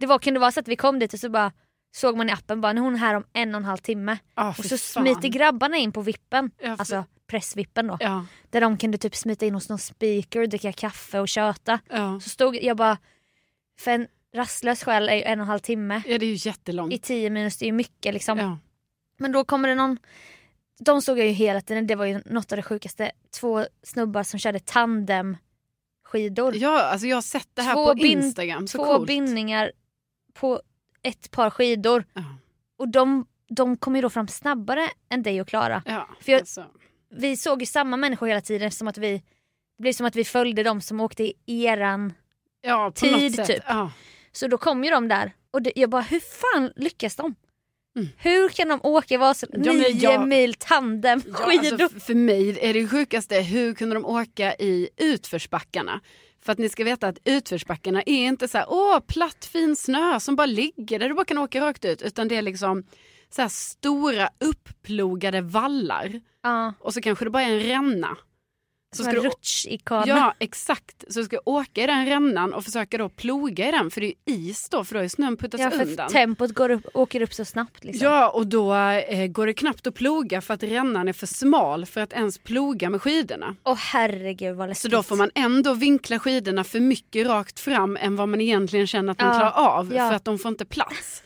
[SPEAKER 1] Det var, kunde vara så att vi kom dit och så bara såg man i appen bara nu är hon här om en och en halv timme.
[SPEAKER 2] Ah,
[SPEAKER 1] Och
[SPEAKER 2] fy
[SPEAKER 1] så
[SPEAKER 2] fan.
[SPEAKER 1] smiter grabbarna in på vippen,
[SPEAKER 2] Ja, för-
[SPEAKER 1] alltså pressvippen då.
[SPEAKER 2] Ja,
[SPEAKER 1] Där de kunde typ smita in hos någon speaker och dricka kaffe och köta.
[SPEAKER 2] ja.
[SPEAKER 1] Så stod jag bara, för en rastlös själ är ju en och en halv timme.
[SPEAKER 2] ja, det är ju jättelångt.
[SPEAKER 1] I 10 minus, det är ju mycket liksom.
[SPEAKER 2] Mm. Ja.
[SPEAKER 1] Men då kommer det någon, de såg jag ju hela tiden, det var ju något av det sjukaste. Två snubbar som körde tandemskidor.
[SPEAKER 2] ja, alltså jag har sett det här
[SPEAKER 1] Två
[SPEAKER 2] på
[SPEAKER 1] bin-
[SPEAKER 2] Instagram. Så
[SPEAKER 1] Två
[SPEAKER 2] coolt.
[SPEAKER 1] bindningar på ett par skidor.
[SPEAKER 2] Ja.
[SPEAKER 1] Och de, de kom ju då fram snabbare än dig och Klara.
[SPEAKER 2] Ja,
[SPEAKER 1] För jag-
[SPEAKER 2] alltså.
[SPEAKER 1] Vi såg ju samma människor hela tiden eftersom att vi, det blev som att vi följde dem som åkte i eran.
[SPEAKER 2] ja, på
[SPEAKER 1] tid,
[SPEAKER 2] något sätt.
[SPEAKER 1] typ.
[SPEAKER 2] Ja.
[SPEAKER 1] Så då kom ju de där och det, jag bara hur fan lyckas de?
[SPEAKER 2] Mm.
[SPEAKER 1] Hur kan de åka i Vasaloppet?
[SPEAKER 2] Ja, men
[SPEAKER 1] Nio
[SPEAKER 2] jag-
[SPEAKER 1] mil tandemskidor.
[SPEAKER 2] Ja, alltså, f- för mig är det sjukaste, hur kunde de åka i utförsbackarna? För att ni ska veta att utförsbackarna är inte så här, åh, platt fin snö som bara ligger där du bara kan åka rakt ut, utan det är liksom så här stora uppplogade vallar
[SPEAKER 1] ja.
[SPEAKER 2] och så kanske det bara är en ränna. Så
[SPEAKER 1] Så
[SPEAKER 2] ska du,
[SPEAKER 1] rutsch i kameran.
[SPEAKER 2] ja, exakt. Så du ska åka i den rännan och försöka då ploga i den, för det är ju is då, för då har ju snön puttats
[SPEAKER 1] Ja, för
[SPEAKER 2] undan.
[SPEAKER 1] tempot går upp, åker upp så snabbt. Liksom.
[SPEAKER 2] Ja, och då eh, går det knappt att ploga för att rännan är för smal för att ens ploga med skidorna.
[SPEAKER 1] Åh herregud vad läskigt.
[SPEAKER 2] Så då får man ändå vinkla skidorna för mycket rakt fram än vad man egentligen känner att man
[SPEAKER 1] Ja,
[SPEAKER 2] klarar av
[SPEAKER 1] ja.
[SPEAKER 2] för att de får inte plats.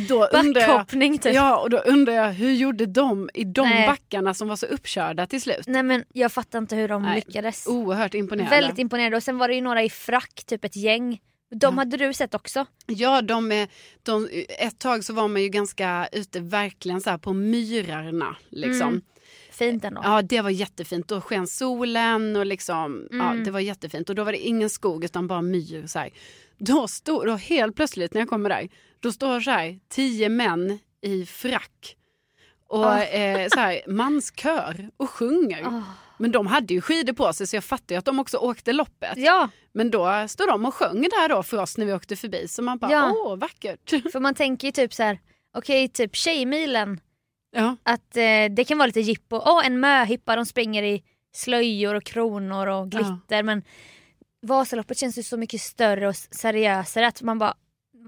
[SPEAKER 2] då undrar jag,
[SPEAKER 1] Backhoppning typ.
[SPEAKER 2] ja, och då undrar jag hur gjorde de i de
[SPEAKER 1] Nej.
[SPEAKER 2] backarna som var så uppkörda till slut?
[SPEAKER 1] Nej men jag fattar inte hur de
[SPEAKER 2] Nej.
[SPEAKER 1] lyckades.
[SPEAKER 2] Oerhört imponerande.
[SPEAKER 1] Väldigt imponerande. Och sen var det ju några i frack, typ ett gäng. De
[SPEAKER 2] Ja.
[SPEAKER 1] hade du sett också.
[SPEAKER 2] ja, de är, de, ett tag så var man ju ganska ute verkligen så här på myrarna. Liksom.
[SPEAKER 1] Mm. Fint ändå.
[SPEAKER 2] Ja, det var jättefint. Då sken solen och liksom, ja,
[SPEAKER 1] Mm.
[SPEAKER 2] det var jättefint. Och då var det ingen skog utan bara myr. Så här. Då stod, då helt plötsligt när jag kommer där, då står så här tio män i frack och
[SPEAKER 1] Ah.
[SPEAKER 2] eh, så här, manskör och sjunger.
[SPEAKER 1] Åh.
[SPEAKER 2] Men de hade ju skidor på sig så jag fattar ju att de också åkte loppet.
[SPEAKER 1] Ja,
[SPEAKER 2] Men då stod de och sjöng där då för oss när vi åkte förbi. Så man bara,
[SPEAKER 1] Ja.
[SPEAKER 2] åh vackert.
[SPEAKER 1] för man tänker ju typ så här. okej typ Tjejmilen,
[SPEAKER 2] Ja,
[SPEAKER 1] att eh, det kan vara lite jippo. Åh en möhippa, de springer i slöjor och kronor och glitter. Men Vasaloppet känns ju så mycket större och s- seriösare att man bara,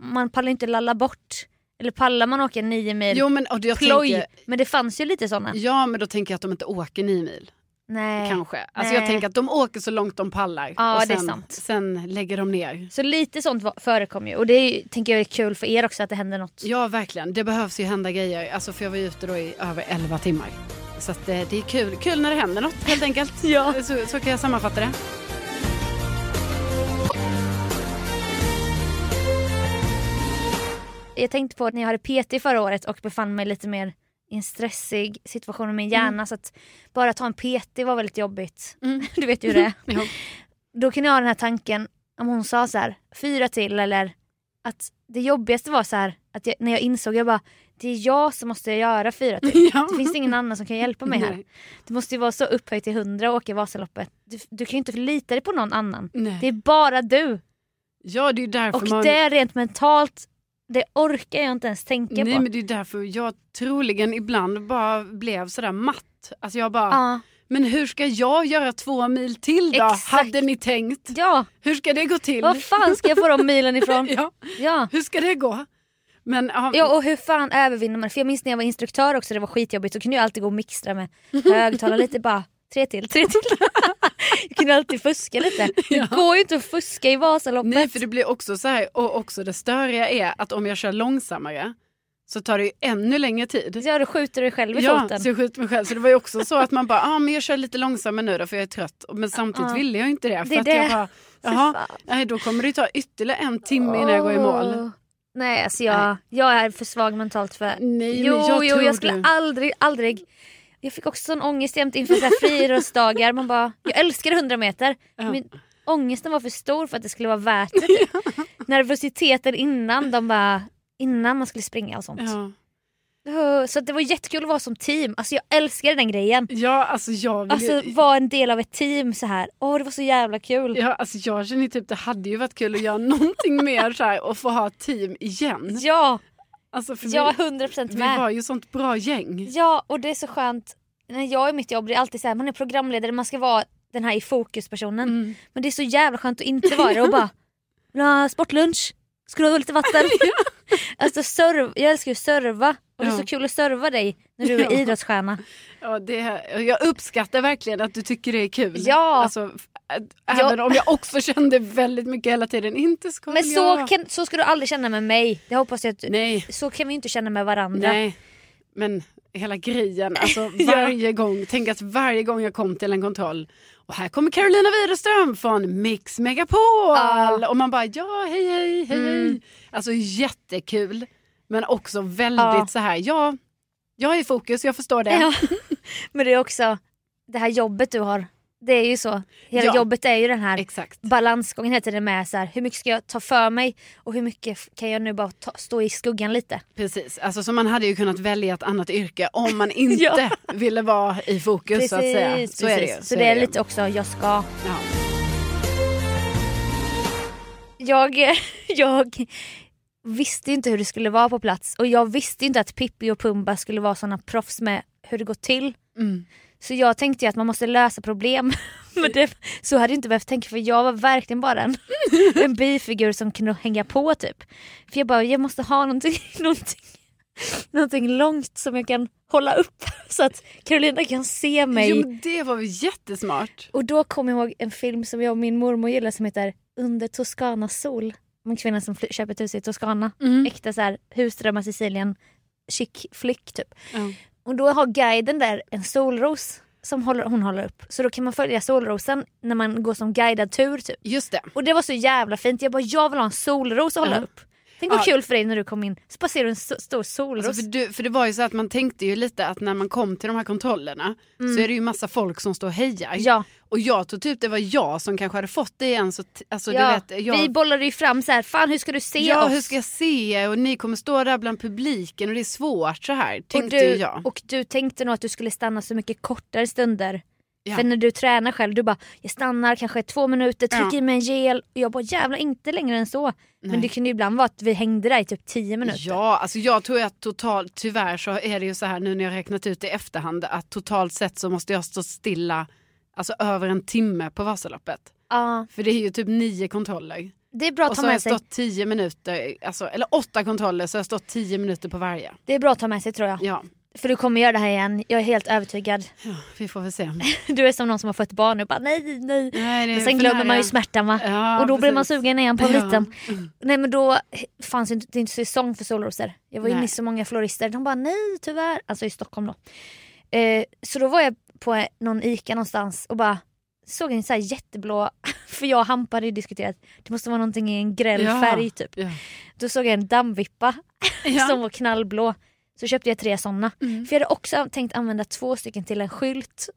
[SPEAKER 1] man pallar ju inte lalla bort. Eller pallar man åka nio mil
[SPEAKER 2] jo men och jag
[SPEAKER 1] ploj?
[SPEAKER 2] tänker,
[SPEAKER 1] Men det fanns ju lite sådana.
[SPEAKER 2] ja men då tänker jag att de inte åker nio mil.
[SPEAKER 1] Nej.
[SPEAKER 2] Kanske. Alltså
[SPEAKER 1] Nej.
[SPEAKER 2] jag tänker att de åker så långt de pallar.
[SPEAKER 1] Ja,
[SPEAKER 2] och
[SPEAKER 1] det är
[SPEAKER 2] sen,
[SPEAKER 1] sant.
[SPEAKER 2] sen lägger de ner.
[SPEAKER 1] Så lite sånt va- förekom ju och det är, ju- tänker jag är kul för er också att det händer något.
[SPEAKER 2] Ja, verkligen. Det behövs ju hända grejer. Alltså, för jag var ju ute då i över 11 timmar. Så att, eh, det är kul. Kul när det händer något helt enkelt.
[SPEAKER 1] Ja.
[SPEAKER 2] så, så kan jag sammanfatta det.
[SPEAKER 1] Jag tänkte på att när jag hade PT förra året och befann mig lite mer i en stressig situation i min hjärna så att bara ta en PT var väldigt jobbigt.
[SPEAKER 2] Mm.
[SPEAKER 1] Du vet ju hur det är.
[SPEAKER 2] Ja.
[SPEAKER 1] Då kunde jag ha den här tanken om hon sa så här fyra till eller att det jobbigaste var så här att jag, när jag insåg jag bara det är jag som måste göra fyra till.
[SPEAKER 2] Ja.
[SPEAKER 1] Det finns ingen annan som kan hjälpa mig här.
[SPEAKER 2] Nej.
[SPEAKER 1] Det måste ju vara så upphöjt till hundra och åka Vasaloppet. Du, du kan ju inte förlita dig på någon annan.
[SPEAKER 2] Nej.
[SPEAKER 1] Det är bara du.
[SPEAKER 2] Ja, det är ju därför
[SPEAKER 1] Och
[SPEAKER 2] man...
[SPEAKER 1] det rent mentalt, det orkar jag inte ens tänka
[SPEAKER 2] Nej,
[SPEAKER 1] på.
[SPEAKER 2] men det är ju därför jag troligen ibland bara blev sådär matt. Alltså jag bara,
[SPEAKER 1] Ja,
[SPEAKER 2] men hur ska jag göra två mil till då?
[SPEAKER 1] Exakt.
[SPEAKER 2] Hade ni tänkt?
[SPEAKER 1] ja.
[SPEAKER 2] Hur ska det gå till?
[SPEAKER 1] var fan ska jag få de milen ifrån?
[SPEAKER 2] ja.
[SPEAKER 1] Ja.
[SPEAKER 2] Hur ska det gå? Men, ja,
[SPEAKER 1] ja, och hur fan övervinner man? För jag minns när jag var instruktör också, det var skitjobbigt. Så kunde jag alltid gå och mixtra med högtalare lite bara. Tre till, tre till. jag kunde alltid fuska lite.
[SPEAKER 2] Ja.
[SPEAKER 1] Det går ju inte att fuska i Vasaloppet.
[SPEAKER 2] Nej, för det blir också så här, och också det störiga är att om jag kör långsammare så tar det ju ännu längre tid.
[SPEAKER 1] Ja, då skjuter du dig själv i
[SPEAKER 2] Ja,
[SPEAKER 1] foten.
[SPEAKER 2] så jag skjuter mig själv. Så det var ju också så att man bara, ah, men jag kör lite långsammare nu då för jag är trött. Men samtidigt
[SPEAKER 1] Ja.
[SPEAKER 2] ville jag ju inte det. För
[SPEAKER 1] Det är
[SPEAKER 2] att jag
[SPEAKER 1] det.
[SPEAKER 2] bara,
[SPEAKER 1] Fy
[SPEAKER 2] jaha,
[SPEAKER 1] fan.
[SPEAKER 2] nej, då kommer det ju ta ytterligare en timme innan jag går i mål.
[SPEAKER 1] Åh. Nej, alltså jag, jag är för svag mentalt för...
[SPEAKER 2] Nej,
[SPEAKER 1] jo,
[SPEAKER 2] men jag
[SPEAKER 1] jo,
[SPEAKER 2] tror
[SPEAKER 1] jag skulle
[SPEAKER 2] du.
[SPEAKER 1] aldrig, aldrig... Jag fick också sån ångest jämt inför så här friidrottsdagar. Man bara, jag älskar 100 meter.
[SPEAKER 2] Ja.
[SPEAKER 1] Men ångesten var för stor för att det skulle vara värt det. typ. Nervositeten innan, de bara, innan man skulle springa och sånt.
[SPEAKER 2] Ja.
[SPEAKER 1] Åh, Så att det var jättekul att vara som team. Alltså jag älskade den grejen.
[SPEAKER 2] ja, alltså jag vill
[SPEAKER 1] Alltså
[SPEAKER 2] ju...
[SPEAKER 1] vara en del av ett team så här. Åh, det var så jävla kul.
[SPEAKER 2] Ja, alltså jag känner ju typ det hade ju varit kul att göra någonting mer så här och få ha ett team igen.
[SPEAKER 1] Ja,
[SPEAKER 2] Alltså för
[SPEAKER 1] jag var
[SPEAKER 2] vi,
[SPEAKER 1] 100%
[SPEAKER 2] vi
[SPEAKER 1] med.
[SPEAKER 2] var ju sånt bra gäng.
[SPEAKER 1] Ja, och det är så skönt när jag är mitt jobb, det är alltid så här, man är programledare, man ska vara den här i fokuspersonen.
[SPEAKER 2] Mm.
[SPEAKER 1] Men det är så jävla skönt att inte vara det och bara, vill du ha sportlunch? Ska du ha lite vatten? alltså serv, jag älskar ju att serva och det är
[SPEAKER 2] Ja.
[SPEAKER 1] så kul att serva dig när du är
[SPEAKER 2] Ja.
[SPEAKER 1] idrottsstjärna.
[SPEAKER 2] Ja, det, jag uppskattar verkligen att du tycker det är kul.
[SPEAKER 1] Ja.
[SPEAKER 2] Alltså, f- äh, även om jag också kände väldigt mycket hela tiden, inte ska
[SPEAKER 1] Men
[SPEAKER 2] väl
[SPEAKER 1] så,
[SPEAKER 2] jag.
[SPEAKER 1] kan, så ska du aldrig känna med mig, det hoppas jag att
[SPEAKER 2] Nej,
[SPEAKER 1] Så kan vi ju inte känna med varandra.
[SPEAKER 2] nej. Men hela grejen, alltså
[SPEAKER 1] Ja.
[SPEAKER 2] varje gång, tänk att varje gång jag kom till en kontroll och här kommer Carolina Widerström från Mix Megapol
[SPEAKER 1] Ja. Mm.
[SPEAKER 2] och man bara ja, hej, hej, hej. hej. Alltså jättekul, men också väldigt
[SPEAKER 1] Ja.
[SPEAKER 2] så här, ja, jag är i fokus, jag förstår det.
[SPEAKER 1] Ja. Men det är också det här jobbet du har. Det är ju så. Hela
[SPEAKER 2] Ja.
[SPEAKER 1] jobbet är ju den här
[SPEAKER 2] Exakt.
[SPEAKER 1] balansgången hela tiden med så här, hur mycket ska jag ta för mig och hur mycket f- kan jag nu bara ta, stå i skuggan lite.
[SPEAKER 2] Precis, alltså, så man hade ju kunnat välja ett annat yrke om man inte
[SPEAKER 1] Ja.
[SPEAKER 2] ville vara i fokus så att säga. Så är det ju.
[SPEAKER 1] precis. Så det är lite också, jag ska.
[SPEAKER 2] Ja.
[SPEAKER 1] Jag, jag visste ju inte hur det skulle vara på plats och jag visste inte att Pippi och Pumba skulle vara sådana proffs med hur det går till.
[SPEAKER 2] Mm.
[SPEAKER 1] Så jag tänkte ju att man måste lösa problem. Men det, så hade jag inte behövt tänka för jag var verkligen bara en, en bifigur som kunde hänga på typ. För jag bara, jag måste ha någonting, någonting, någonting långt som jag kan hålla upp så att Carolina kan se mig.
[SPEAKER 2] Jo, men det var väl jättesmart.
[SPEAKER 1] Och då kom jag ihåg en film som jag och min mormor gillar som heter Under Toscanas sol. Om en kvinna som fly- köper ett hus i Toscana.
[SPEAKER 2] Mm.
[SPEAKER 1] Äkta så här, husdrömmar Sicilien, chic flick typ.
[SPEAKER 2] Ja.
[SPEAKER 1] Och då har guiden där en solros som håller, hon håller upp. Så då kan man följa solrosen när man går som guidad tur typ.
[SPEAKER 2] Just det.
[SPEAKER 1] Och det var så jävla fint. Jag bara, jag vill ha en solros att hålla
[SPEAKER 2] Ja.
[SPEAKER 1] upp. Tänk vad
[SPEAKER 2] Ja.
[SPEAKER 1] kul för dig när du kom in. Så bara ser du en so- stor solros.
[SPEAKER 2] Alltså för, du, för det var ju så att man tänkte ju lite att när man kom till de här kontrollerna så är det ju massa folk som står och hejar.
[SPEAKER 1] Mm. ja,
[SPEAKER 2] Och jag tror typ det var jag som kanske hade fått det igen. Så t- alltså,
[SPEAKER 1] ja.
[SPEAKER 2] du vet, jag,
[SPEAKER 1] vi bollade ju fram så här, fan hur ska du se
[SPEAKER 2] ja,
[SPEAKER 1] oss?
[SPEAKER 2] hur ska jag se er? Och ni kommer stå där bland publiken och det är svårt så här. Tänkte
[SPEAKER 1] och
[SPEAKER 2] ju
[SPEAKER 1] du,
[SPEAKER 2] jag.
[SPEAKER 1] Och du tänkte nog att du skulle stanna så mycket kortare stunder.
[SPEAKER 2] Ja.
[SPEAKER 1] För när du tränar själv, du bara jag stannar kanske två minuter, trycker
[SPEAKER 2] Ja.
[SPEAKER 1] i mig en gel. Och jag bara jävlar inte längre än så.
[SPEAKER 2] Nej.
[SPEAKER 1] Men det kunde ju ibland vara att vi hängde där i typ tio minuter.
[SPEAKER 2] Ja, alltså jag tror att totalt, tyvärr så är det ju så här nu när jag räknat ut i efterhand att totalt sett så måste jag stå stilla alltså över en timme på Vasaloppet.
[SPEAKER 1] Ja,
[SPEAKER 2] För det är ju typ nio kontroller.
[SPEAKER 1] det är bra att
[SPEAKER 2] Och
[SPEAKER 1] ta
[SPEAKER 2] så har jag
[SPEAKER 1] med sig.
[SPEAKER 2] stått tio minuter, alltså, eller åtta kontroller så har jag stått tio minuter på varje.
[SPEAKER 1] Det är bra att ta med sig tror jag.
[SPEAKER 2] Ja,
[SPEAKER 1] För du kommer göra det här igen, jag är helt övertygad.
[SPEAKER 2] ja vi får väl se.
[SPEAKER 1] Du är som någon som har fått barn och bara nej, nej.
[SPEAKER 2] Nej, det är
[SPEAKER 1] Men sen
[SPEAKER 2] Eh, för
[SPEAKER 1] glömmer
[SPEAKER 2] nära.
[SPEAKER 1] man ju smärtan va?
[SPEAKER 2] Ja,
[SPEAKER 1] och då blir man
[SPEAKER 2] precis.
[SPEAKER 1] sugen igen på en
[SPEAKER 2] Ja. Mm.
[SPEAKER 1] liten. Nej men då fanns ju inte, det är inte säsong för solrosor. Jag var inne
[SPEAKER 2] Nej.
[SPEAKER 1] i så många florister. De bara nej tyvärr. Alltså i Stockholm då. Eh, så då var jag på någon ICA någonstans och bara såg en så här jätteblå, för jag och Hampa hade ju diskuterat, det måste vara någonting i en gräll
[SPEAKER 2] Ja.
[SPEAKER 1] färg typ.
[SPEAKER 2] Ja.
[SPEAKER 1] Då såg jag en dammvippa
[SPEAKER 2] Ja.
[SPEAKER 1] som var knallblå. Så köpte jag tre sådana.
[SPEAKER 2] Mm.
[SPEAKER 1] För jag hade också tänkt använda två stycken till en skylt.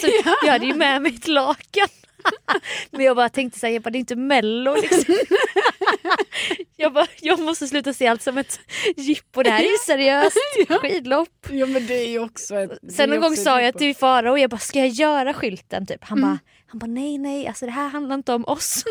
[SPEAKER 1] Så Jag hade ju med mig ett lakan. Men jag bara tänkte såhär, jag bara, det är inte mello liksom. jag bara, jag måste sluta se allt som ett jippo. Det här är ju seriöst skidlopp.
[SPEAKER 2] Jo men det är ju också ett, det är
[SPEAKER 1] Sen någon gång
[SPEAKER 2] också ett
[SPEAKER 1] sa jag
[SPEAKER 2] jippo. Mm.
[SPEAKER 1] till Farao, jag bara, ska jag göra skylten? Typ. Han bara, han bara, nej nej, alltså det här handlar inte om oss.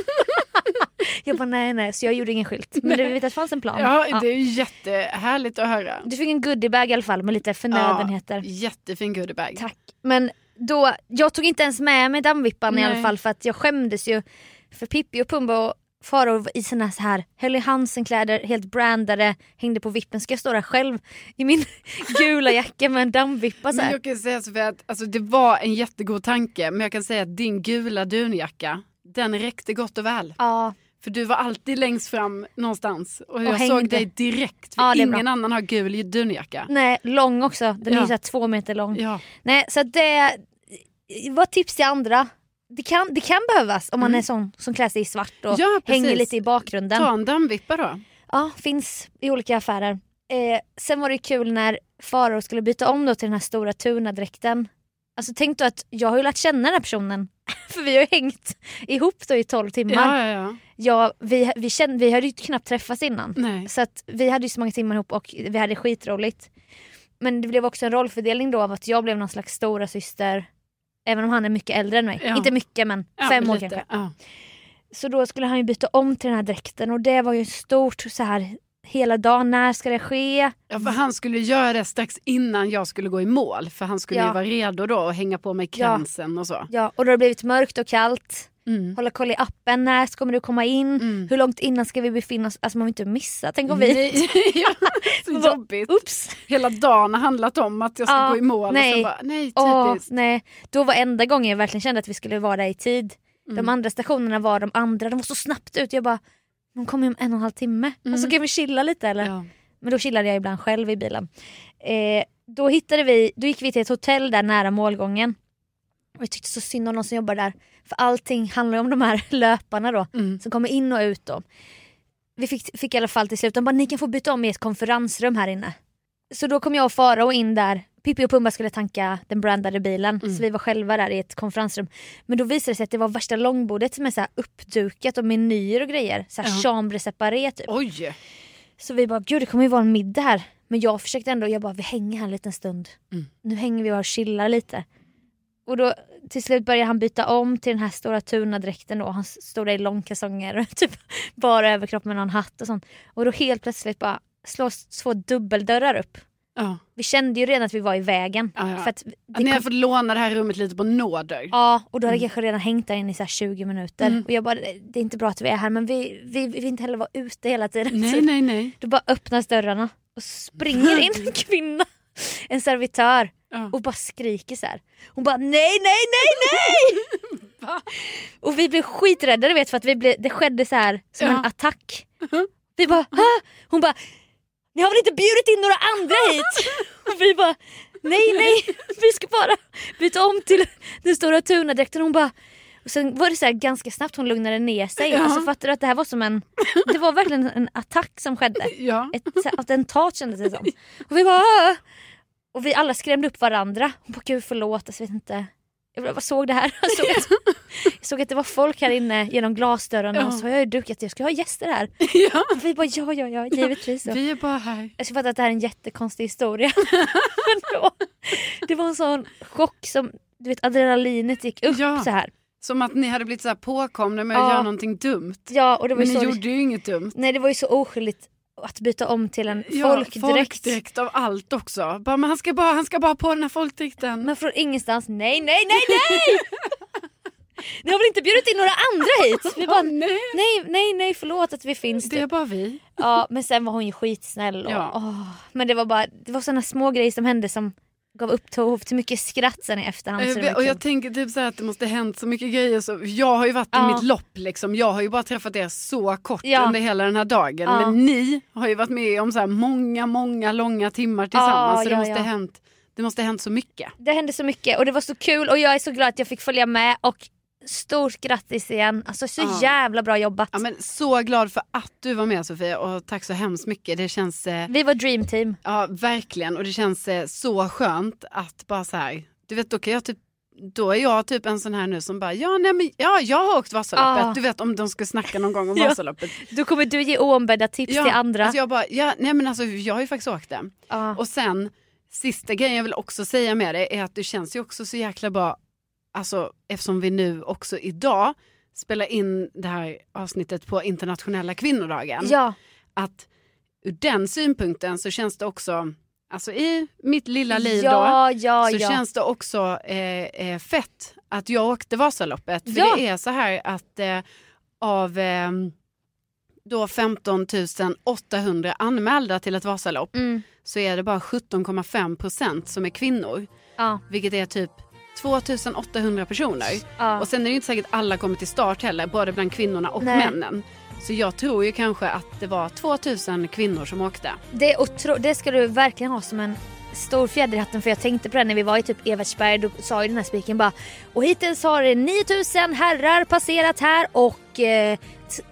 [SPEAKER 1] jag bara, nej nej, så jag gjorde ingen skylt. Men du vet att det fanns en plan.
[SPEAKER 2] Ja,
[SPEAKER 1] Ja.
[SPEAKER 2] det är ju jättehärligt att höra.
[SPEAKER 1] Du fick en goodiebag i alla fall med lite förnödenheter.
[SPEAKER 2] Ja, jättefin goodiebag.
[SPEAKER 1] Tack. Men då, jag tog inte ens med mig dammvippan i
[SPEAKER 2] Nej.
[SPEAKER 1] alla fall för att jag skämdes ju. För Pippi och Pumba och Farao var i sina så här höll i Hansen-kläder, helt brandade, hängde på vippen. Ska jag stå där själv i min gula jacka med en dammvippa så
[SPEAKER 2] Men
[SPEAKER 1] här?
[SPEAKER 2] jag kan säga så att alltså, det var en jättegod tanke men jag kan säga att din gula dunjacka den räckte gott och väl.
[SPEAKER 1] Ja,
[SPEAKER 2] För du var alltid längst fram någonstans och, jag
[SPEAKER 1] hängde.
[SPEAKER 2] såg dig direkt. För
[SPEAKER 1] Ja, det är Mm.
[SPEAKER 2] ingen annan har gul dunjacka.
[SPEAKER 1] nej, lång också. Den är
[SPEAKER 2] Ja.
[SPEAKER 1] ju så här två meter lång.
[SPEAKER 2] Ja,
[SPEAKER 1] Nej, så att det var tips till andra. Det kan, det kan behövas om man är sån som klär sig i svart och
[SPEAKER 2] Mm. Ja, precis.
[SPEAKER 1] hänger lite i bakgrunden.
[SPEAKER 2] ta en dammvippa då.
[SPEAKER 1] Ja, finns i olika affärer. Eh, sen var det ju kul när Farao skulle byta om då till den här stora tunadräkten. Alltså tänk då att jag har ju lärt känna den här personen. För vi har ju hängt ihop då i 12 timmar.
[SPEAKER 2] Ja, ja, ja.
[SPEAKER 1] Ja, vi, vi, kände, vi hade ju knappt träffats innan.
[SPEAKER 2] Nej.
[SPEAKER 1] Så att vi hade ju så många timmar ihop och vi hade skitroligt. Men det blev också en rollfördelning då av att jag blev någon slags stora syster. Även om han är mycket äldre än mig.
[SPEAKER 2] Ja.
[SPEAKER 1] Inte mycket men
[SPEAKER 2] Ja,
[SPEAKER 1] fem
[SPEAKER 2] men
[SPEAKER 1] år
[SPEAKER 2] lite.
[SPEAKER 1] kanske.
[SPEAKER 2] Ja.
[SPEAKER 1] Så då skulle han ju byta om till den här dräkten och det var ju ett stort så här hela dagen, när ska det ske?
[SPEAKER 2] Ja, för han skulle göra det strax innan jag skulle gå i mål. För han skulle
[SPEAKER 1] Ja.
[SPEAKER 2] ju vara redo då och hänga på mig kransen och så.
[SPEAKER 1] Ja, och då har det blivit mörkt och kallt.
[SPEAKER 2] Mm.
[SPEAKER 1] Hålla koll i appen, när kommer du komma in?
[SPEAKER 2] Mm.
[SPEAKER 1] Hur långt innan ska vi befinna oss? Alltså man vill inte missa, tänk om vi...
[SPEAKER 2] Nej, ja, så
[SPEAKER 1] Vad-
[SPEAKER 2] jobbigt.
[SPEAKER 1] Oops!
[SPEAKER 2] Hela dagen har handlat om att jag ska
[SPEAKER 1] Ja,
[SPEAKER 2] gå i mål och
[SPEAKER 1] nej.
[SPEAKER 2] sen bara, nej
[SPEAKER 1] Åh,
[SPEAKER 2] typiskt.
[SPEAKER 1] nej. Då var enda gången jag verkligen kände att vi skulle vara där i tid.
[SPEAKER 2] Mm.
[SPEAKER 1] De andra stationerna var de andra, de var så snabbt ut. Jag bara, de kommer ju om en och en halv timme.
[SPEAKER 2] Mm.
[SPEAKER 1] Alltså kan vi chilla lite eller?
[SPEAKER 2] Ja.
[SPEAKER 1] Men då chillade jag ibland själv i bilen. Eh, då, hittade vi, då gick vi till ett hotell där nära målgången. Och jag tyckte så synd om någon som jobbar där. För allting handlar ju om de här löparna då.
[SPEAKER 2] Mm.
[SPEAKER 1] Som kommer in och ut då. Vi fick, fick i alla fall till slut, de bara ni kan få byta om i ett konferensrum här inne. Så då kom jag och Farao in där. Pippi och Pumba skulle tanka den brandade bilen.
[SPEAKER 2] Mm.
[SPEAKER 1] Så vi var själva där i ett konferensrum. Men då visade det sig att det var värsta långbordet som är så här uppdukat och menyer och grejer. Så här chambre separé typ.
[SPEAKER 2] Oj,
[SPEAKER 1] Så vi bara, gud det kommer ju vara en middag här. Men jag försökte ändå, jag bara, vi hänger här en liten stund.
[SPEAKER 2] Mm.
[SPEAKER 1] Nu hänger vi och chillar lite. Och då till slut började han byta om till den här stora tunadräkten då. Han stod där i långkalsonger och typ bara överkropp med någon hatt och sånt. Och då helt plötsligt bara slås två dubbeldörrar upp.
[SPEAKER 2] ja.
[SPEAKER 1] Vi kände ju redan att vi var i vägen.
[SPEAKER 2] Ja, Mm. ja.
[SPEAKER 1] För att det
[SPEAKER 2] ni har
[SPEAKER 1] kom,
[SPEAKER 2] fått låna det här rummet lite på nåder.
[SPEAKER 1] ja, och då hade jag kanske redan hängt där inne i så här 20 minuter.
[SPEAKER 2] Mm.
[SPEAKER 1] Och jag bara, det är inte bra att vi är här men vi, vi, vi vill inte heller vara ute hela tiden.
[SPEAKER 2] Nej,
[SPEAKER 1] Så-
[SPEAKER 2] nej, nej.
[SPEAKER 1] då bara öppnas dörrarna och springer in en kvinna, en servitör
[SPEAKER 2] Ja.
[SPEAKER 1] och bara skriker så här. Hon bara nej, nej, nej, nej! och vi blev skiträdda du vet för att vi blev, det skedde så här som
[SPEAKER 2] Ja.
[SPEAKER 1] en attack. Vi bara "Hä?" Hon bara ni har väl inte bjudit in några andra hit? och vi bara nej, nej, vi ska bara byta om till den stora tunadräkten. Hon bara och sen var det så här ganska snabbt hon lugnade ner sig. Alltså fattar du att det här var som en, det var verkligen en attack som skedde
[SPEAKER 2] Ja.
[SPEAKER 1] ett så här attentat kändes det som. Och vi bara "Åh!" Och vi alla skrämde upp varandra. Hon bara gud förlåt, alltså, jag vet inte. Jag bara, vad såg det här. Jag såg, att, jag såg att det var folk här inne genom glasdörrarna och så har jag ju dukat, jag ska ha gäster här.
[SPEAKER 2] Ja.
[SPEAKER 1] Och vi bara ja, ja, ja, givetvis. Så.
[SPEAKER 2] Vi är bara här.
[SPEAKER 1] Jag fattar att det här är en jättekonstig historia. Men då, det var en sån chock som, du vet adrenalinet gick upp
[SPEAKER 2] Ja.
[SPEAKER 1] så här.
[SPEAKER 2] Som att ni hade blivit så här påkomna med att
[SPEAKER 1] Ja.
[SPEAKER 2] göra någonting dumt.
[SPEAKER 1] Ja, och det var
[SPEAKER 2] Men
[SPEAKER 1] ju
[SPEAKER 2] ni
[SPEAKER 1] så,
[SPEAKER 2] gjorde ju inget dumt.
[SPEAKER 1] nej, det var ju så oskyldigt att byta om till en
[SPEAKER 2] Ja,
[SPEAKER 1] folkdräkt.
[SPEAKER 2] folkdräkt av allt också. Bara, men han ska bara, han ska bara på den här folkdräkten.
[SPEAKER 1] Men från ingenstans, nej, nej, nej, nej! Ni har väl inte bjudit in några andra hit? Vi bara,
[SPEAKER 2] Åh, nej.
[SPEAKER 1] nej, nej, nej, förlåt att vi finns.
[SPEAKER 2] Det är
[SPEAKER 1] Typ.
[SPEAKER 2] bara vi.
[SPEAKER 1] Ja, men sen var hon ju skitsnäll. Och,
[SPEAKER 2] Ja.
[SPEAKER 1] åh. Men det var bara det var såna små grejer som hände som gav upphov till mycket skratt sen i efterhand. Så det
[SPEAKER 2] Eh,
[SPEAKER 1] var
[SPEAKER 2] och
[SPEAKER 1] kul.
[SPEAKER 2] jag tänker typ så här att det måste ha hänt så mycket grejer. Så jag har ju varit
[SPEAKER 1] Ja.
[SPEAKER 2] i mitt lopp liksom. Jag har ju bara träffat er så kort
[SPEAKER 1] Ja.
[SPEAKER 2] under hela den här dagen.
[SPEAKER 1] Ja.
[SPEAKER 2] Men ni har ju varit med om så här många, många långa timmar tillsammans.
[SPEAKER 1] Ja, ja,
[SPEAKER 2] så det måste,
[SPEAKER 1] ja.
[SPEAKER 2] ha hänt, det måste ha hänt så mycket.
[SPEAKER 1] Det hände så mycket och det var så kul och jag är så glad att jag fick följa med och stort grattis igen. Alltså så
[SPEAKER 2] Ja.
[SPEAKER 1] jävla bra jobbat.
[SPEAKER 2] Ja, men så glad för att du var med Sofia och tack så hemskt mycket. Det känns, eh,
[SPEAKER 1] Vi var dreamteam.
[SPEAKER 2] ja verkligen, och det känns eh, så skönt att bara så här, du vet då kan jag typ då är jag typ en sån här nu som bara, ja, nej, men, ja jag har åkt Vasaloppet,
[SPEAKER 1] Ah.
[SPEAKER 2] du vet om de skulle snacka någon gång om
[SPEAKER 1] Ja.
[SPEAKER 2] Vasaloppet.
[SPEAKER 1] Då kommer du ge oombedda tips till andra.
[SPEAKER 2] Alltså jag bara, ja, nej men alltså jag har ju faktiskt åkt det.
[SPEAKER 1] Ja.
[SPEAKER 2] Och sen, sista grejen jag vill också säga med dig är att du känns ju också så jäkla bra, alltså eftersom vi nu också idag spelar in det här avsnittet på internationella kvinnodagen.
[SPEAKER 1] ja.
[SPEAKER 2] Att ur den synpunkten så känns det också, alltså i mitt lilla liv då,
[SPEAKER 1] ja, ja,
[SPEAKER 2] så
[SPEAKER 1] ja.
[SPEAKER 2] känns det också eh, eh, fett att jag åkte Vasaloppet. För
[SPEAKER 1] Ja.
[SPEAKER 2] det är så här att eh, av eh, då 15 800 anmälda till ett Vasalopp
[SPEAKER 1] Mm.
[SPEAKER 2] så är det bara 17,5 procent som är kvinnor.
[SPEAKER 1] Ja,
[SPEAKER 2] Vilket är typ 2800 personer.
[SPEAKER 1] ja.
[SPEAKER 2] Och sen är det ju inte säkert alla kommer till start heller, både bland kvinnorna och
[SPEAKER 1] Nej.
[SPEAKER 2] männen. Så jag tror ju kanske att det var 2000 kvinnor som åkte.
[SPEAKER 1] Det, är otro- det ska du verkligen ha som en stor fjäder i hatten för jag tänkte på det när vi var i typ Evertsberg då sa ju den här spiken bara och hittills har 9000 herrar passerat här och eh,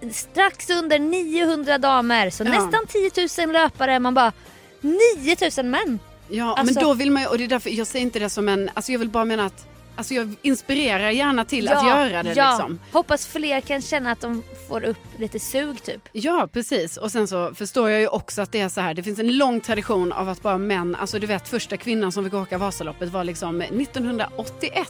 [SPEAKER 1] t- strax under 900 damer så
[SPEAKER 2] Ja.
[SPEAKER 1] nästan 10 000 löpare man bara 9000 män.
[SPEAKER 2] Ja,
[SPEAKER 1] Alltså-
[SPEAKER 2] men då vill man ju, och det är därför jag säger inte det som en, alltså jag vill bara mena att Alltså jag inspirerar gärna till att göra det
[SPEAKER 1] ja.
[SPEAKER 2] liksom.
[SPEAKER 1] Hoppas fler kan känna att de får upp lite sug typ.
[SPEAKER 2] Ja, precis. Och sen så förstår jag ju också att det är så här. Det finns en lång tradition av att bara män, alltså du vet första kvinnan som fick åka Vasaloppet var liksom 1981.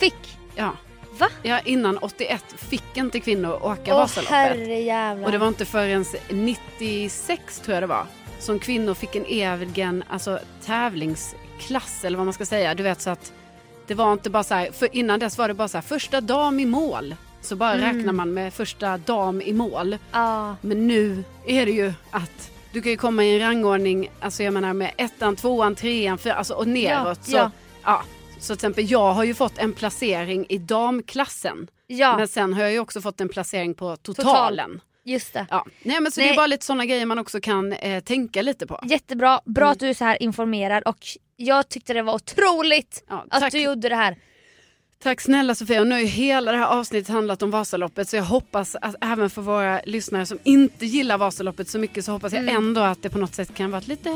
[SPEAKER 1] Fick
[SPEAKER 2] Ja,
[SPEAKER 1] Va?
[SPEAKER 2] Ja, innan 81 fick inte kvinnor åka
[SPEAKER 1] Åh
[SPEAKER 2] Vasaloppet.
[SPEAKER 1] herrejävlar.
[SPEAKER 2] Och det var inte förrän 96 tror jag det var som kvinnor fick en egen alltså, tävlingsklass eller vad man ska säga. Du vet så att det var inte bara så här, för innan dess var det bara så här första dam i mål. Så bara
[SPEAKER 1] Mm.
[SPEAKER 2] räknar man med första dam i mål.
[SPEAKER 1] Ja.
[SPEAKER 2] Men nu är det ju att du kan ju komma i en rangordning, alltså jag menar med ettan, tvåan, trean, fyra, alltså och neråt.
[SPEAKER 1] Ja,
[SPEAKER 2] så,
[SPEAKER 1] ja.
[SPEAKER 2] ja. så till exempel jag har ju fått en placering i damklassen.
[SPEAKER 1] ja,
[SPEAKER 2] Men sen har jag ju också fått en placering på totalen.
[SPEAKER 1] just det.
[SPEAKER 2] Ja. Nej men så det
[SPEAKER 1] Nej.
[SPEAKER 2] är bara lite sådana grejer man också kan eh, tänka lite på.
[SPEAKER 1] Jättebra,
[SPEAKER 2] Mm.
[SPEAKER 1] bra att du är så här informerad och jag tyckte det var otroligt
[SPEAKER 2] Ja,
[SPEAKER 1] att
[SPEAKER 2] tack.
[SPEAKER 1] du gjorde det här.
[SPEAKER 2] Tack snälla Sofia och nu har ju hela det här avsnittet handlat om Vasaloppet så jag hoppas att även för våra lyssnare som inte gillar Vasaloppet så mycket så hoppas jag ändå att det på något sätt kan vara lite,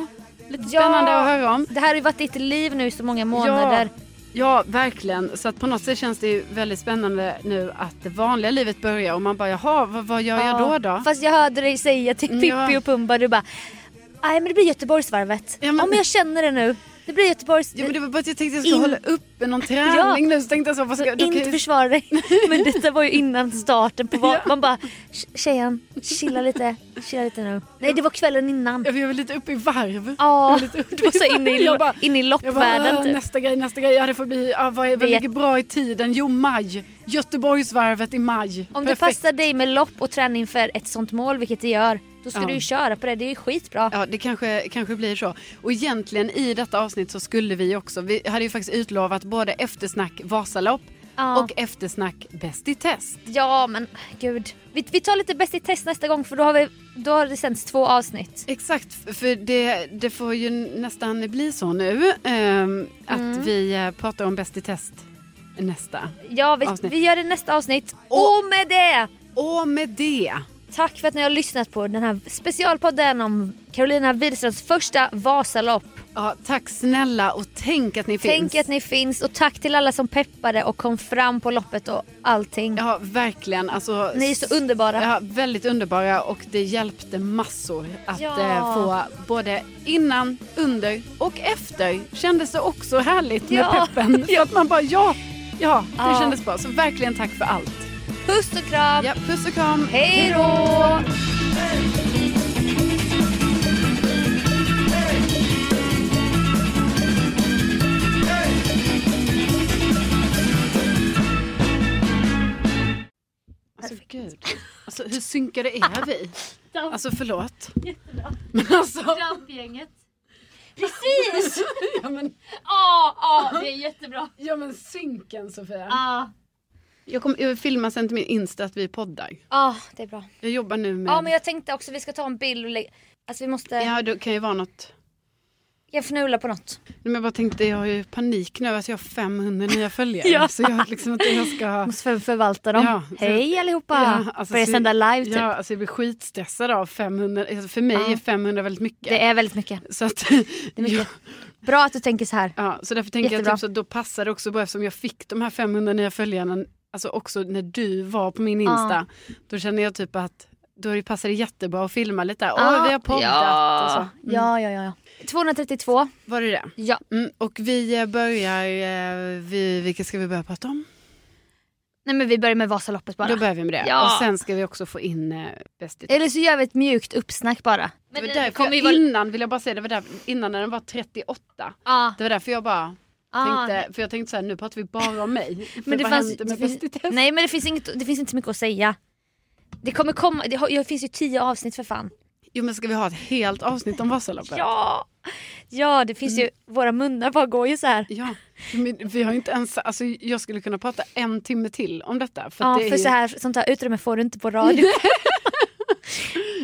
[SPEAKER 2] lite
[SPEAKER 1] Mm. Ja.
[SPEAKER 2] spännande att höra om.
[SPEAKER 1] Det här har ju varit ditt liv nu i så många månader.
[SPEAKER 2] Ja, ja, verkligen. Så att på något sätt känns det ju väldigt spännande nu att det vanliga livet börjar och man bara jaha, vad, vad gör jag då då?
[SPEAKER 1] Fast jag hörde dig säga till
[SPEAKER 2] Mm,
[SPEAKER 1] Pippi
[SPEAKER 2] ja.
[SPEAKER 1] och Pumba, du bara Nej men det blir Göteborgsvarvet.
[SPEAKER 2] Ja,
[SPEAKER 1] Ja
[SPEAKER 2] men-
[SPEAKER 1] men... jag känner det nu. Det blir Göteborgs...
[SPEAKER 2] Jo men det var bara att jag tänkte att jag skulle
[SPEAKER 1] In-
[SPEAKER 2] hålla uppe någon träning
[SPEAKER 1] Ja.
[SPEAKER 2] nu så tänkte jag så vad
[SPEAKER 1] Alltså,
[SPEAKER 2] ska jag... då kan
[SPEAKER 1] inte
[SPEAKER 2] jag-
[SPEAKER 1] försvara dig. Men detta var ju innan starten på
[SPEAKER 2] Ja.
[SPEAKER 1] va- Man bara, "Tj- tjejen, chilla lite, chilla lite nu. Nej det var kvällen innan.
[SPEAKER 2] Jag var lite uppe i varv.
[SPEAKER 1] Ja,
[SPEAKER 2] Jag var lite-
[SPEAKER 1] du var så inne i,
[SPEAKER 2] Jag bara-
[SPEAKER 1] inne i
[SPEAKER 2] Jag bara,
[SPEAKER 1] loppvärlden
[SPEAKER 2] "Åh,
[SPEAKER 1] typ.
[SPEAKER 2] nästa grej, nästa grej. Ja, det får bli, ja, vad, är- vad
[SPEAKER 1] Vet.
[SPEAKER 2] ligger bra i tiden? Jo, maj. Göteborgsvarvet i maj.
[SPEAKER 1] Om det
[SPEAKER 2] Perfekt.
[SPEAKER 1] passar dig med lopp och träning inför ett sånt mål, vilket det gör, då ska
[SPEAKER 2] Ja.
[SPEAKER 1] du ju köra på det. Det är ju skitbra.
[SPEAKER 2] Ja, det kanske, kanske blir så. Och egentligen i detta avsnitt så skulle vi också, vi hade ju faktiskt utlovat både eftersnack Vasalopp
[SPEAKER 1] Ja.
[SPEAKER 2] och eftersnack Bäst i test.
[SPEAKER 1] Ja men gud. Vi, vi tar lite Bäst i test nästa gång för då har, vi, då har det sänts två avsnitt.
[SPEAKER 2] Exakt, f- för det, det får ju nästan bli så nu ehm, att
[SPEAKER 1] Mm.
[SPEAKER 2] vi eh, pratar om Bäst i test nästa.
[SPEAKER 1] Ja vi,
[SPEAKER 2] Avsnitt.
[SPEAKER 1] vi gör det nästa avsnitt.
[SPEAKER 2] Och-
[SPEAKER 1] Och med det!
[SPEAKER 2] Och med det,
[SPEAKER 1] Tack för att ni har lyssnat på den här specialpodden om Carolina Widerströms första Vasalopp.
[SPEAKER 2] ja, tack snälla och tänk att ni finns.
[SPEAKER 1] Tänk att ni finns och tack till alla som peppade och kom fram på loppet och allting.
[SPEAKER 2] Ja, verkligen. Alltså,
[SPEAKER 1] Ni är så underbara.
[SPEAKER 2] Ja, väldigt underbara och det hjälpte massor att
[SPEAKER 1] Ja.
[SPEAKER 2] eh, få både innan, under och efter kändes det också härligt med
[SPEAKER 1] Ja.
[SPEAKER 2] peppen. Så att man bara ja, ja, det
[SPEAKER 1] Ja.
[SPEAKER 2] kändes bra. Så verkligen tack för allt.
[SPEAKER 1] Puss och kram!
[SPEAKER 2] Ja, puss och kram.
[SPEAKER 1] Hej då!
[SPEAKER 2] Alltså gud, alltså, hur synkade är vi? Alltså förlåt. Men alltså,
[SPEAKER 1] Trampgänget. Precis!
[SPEAKER 2] ja men,
[SPEAKER 1] Ja, ja, det är jättebra.
[SPEAKER 2] ja, men synken Sofia.
[SPEAKER 1] Ja,
[SPEAKER 2] Jag kommer jag filmar sen till min Insta att vi poddar.
[SPEAKER 1] ah, det är bra.
[SPEAKER 2] Jag jobbar nu med...
[SPEAKER 1] Ja, men jag tänkte också vi ska ta en bild och lägga... Alltså vi måste...
[SPEAKER 2] Ja, det kan ju vara något.
[SPEAKER 1] Jag fnula på något.
[SPEAKER 2] Nej, Men jag bara tänkte, jag har ju panik nu att jag har 500 nya följare. Så jag vet liksom inte hur jag ska...
[SPEAKER 1] Måste för- förvalta dem.
[SPEAKER 2] Ja, så-
[SPEAKER 1] Hej allihopa!
[SPEAKER 2] alltså,
[SPEAKER 1] Börja
[SPEAKER 2] så-
[SPEAKER 1] sända live typ.
[SPEAKER 2] Ja, alltså jag blir skitstressad av 500. Alltså för mig
[SPEAKER 1] Ja.
[SPEAKER 2] är 500 väldigt mycket.
[SPEAKER 1] Det är väldigt mycket.
[SPEAKER 2] Så att...
[SPEAKER 1] Det är mycket.
[SPEAKER 2] Ja,
[SPEAKER 1] Bra att du tänker så här.
[SPEAKER 2] ja, så därför tänker jag
[SPEAKER 1] Jättebra.
[SPEAKER 2] typ så att då passar det också bra eftersom jag fick de här 500 nya följarna, alltså också när du var på min Insta. Då känner jag typ att då passar det jättebra att filma lite där. Åh, vi har poddat och
[SPEAKER 1] ja.
[SPEAKER 2] så. Mm.
[SPEAKER 1] ja, ja, ja, ja. 232.
[SPEAKER 2] Var det det?
[SPEAKER 1] Ja.
[SPEAKER 2] Mm, och vi eh, börjar, eh, vi, vilka ska vi börja prata om?
[SPEAKER 1] Nej men vi börjar med Vasaloppet bara.
[SPEAKER 2] Då börjar vi med det.
[SPEAKER 1] Ja.
[SPEAKER 2] Och sen ska vi också få in eh, Bäst i test.
[SPEAKER 1] Eller så gör vi ett mjukt uppsnack bara.
[SPEAKER 2] Det
[SPEAKER 1] Men
[SPEAKER 2] var därför jag, innan, vill jag bara säga, det var där, innan när den var 38.
[SPEAKER 1] Ja,
[SPEAKER 2] Det var därför jag bara
[SPEAKER 1] ja.
[SPEAKER 2] tänkte, för jag tänkte så här, nu pratar vi bara om mig. För
[SPEAKER 1] Ah. Men det
[SPEAKER 2] vad
[SPEAKER 1] fanns,
[SPEAKER 2] hände
[SPEAKER 1] det
[SPEAKER 2] med
[SPEAKER 1] finns,
[SPEAKER 2] Bäst i test?
[SPEAKER 1] nej men det finns, inget, det finns inte så mycket att säga. Det kommer komma, det, har, det finns ju tio avsnitt för fan.
[SPEAKER 2] Jo men ska vi ha ett helt avsnitt om Vasaloppet?
[SPEAKER 1] Ja! Ja det finns ju, våra munnar bara går ju så här.
[SPEAKER 2] ja. Men vi har ju inte ens, alltså jag skulle kunna prata en timme till om detta. För att
[SPEAKER 1] Ja
[SPEAKER 2] det är
[SPEAKER 1] för
[SPEAKER 2] ju,
[SPEAKER 1] så här, sånt här utrymme får du inte på radio.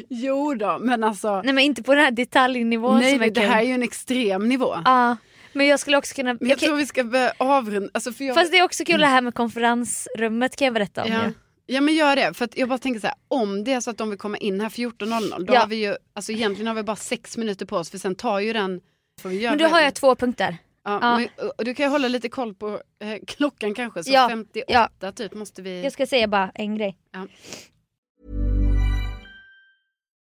[SPEAKER 2] Jo då, men alltså.
[SPEAKER 1] nej men inte på den här detaljnivån
[SPEAKER 2] Nej,
[SPEAKER 1] som är
[SPEAKER 2] det, här är
[SPEAKER 1] kul.
[SPEAKER 2] ju en extrem nivå.
[SPEAKER 1] Ja, men jag skulle också kunna,
[SPEAKER 2] Men jag
[SPEAKER 1] okej,
[SPEAKER 2] tror vi ska börja avrunda. Alltså för jag,
[SPEAKER 1] fast det är också kul det här med konferensrummet kan jag berätta om
[SPEAKER 2] Ja.
[SPEAKER 1] ju.
[SPEAKER 2] ja men gör det, för att jag bara tänker så här, om det är så att de vill komma in här 14.00 då
[SPEAKER 1] Ja.
[SPEAKER 2] har vi ju, alltså egentligen har vi bara sex minuter på oss för sen tar ju den, får vi göra
[SPEAKER 1] Men då har
[SPEAKER 2] det.
[SPEAKER 1] jag två punkter.
[SPEAKER 2] ja,
[SPEAKER 1] ja.
[SPEAKER 2] Men, och du kan ju hålla lite koll på eh, klockan kanske, så
[SPEAKER 1] Ja,
[SPEAKER 2] 58 Mm. typ måste vi...
[SPEAKER 1] Jag ska säga bara en grej.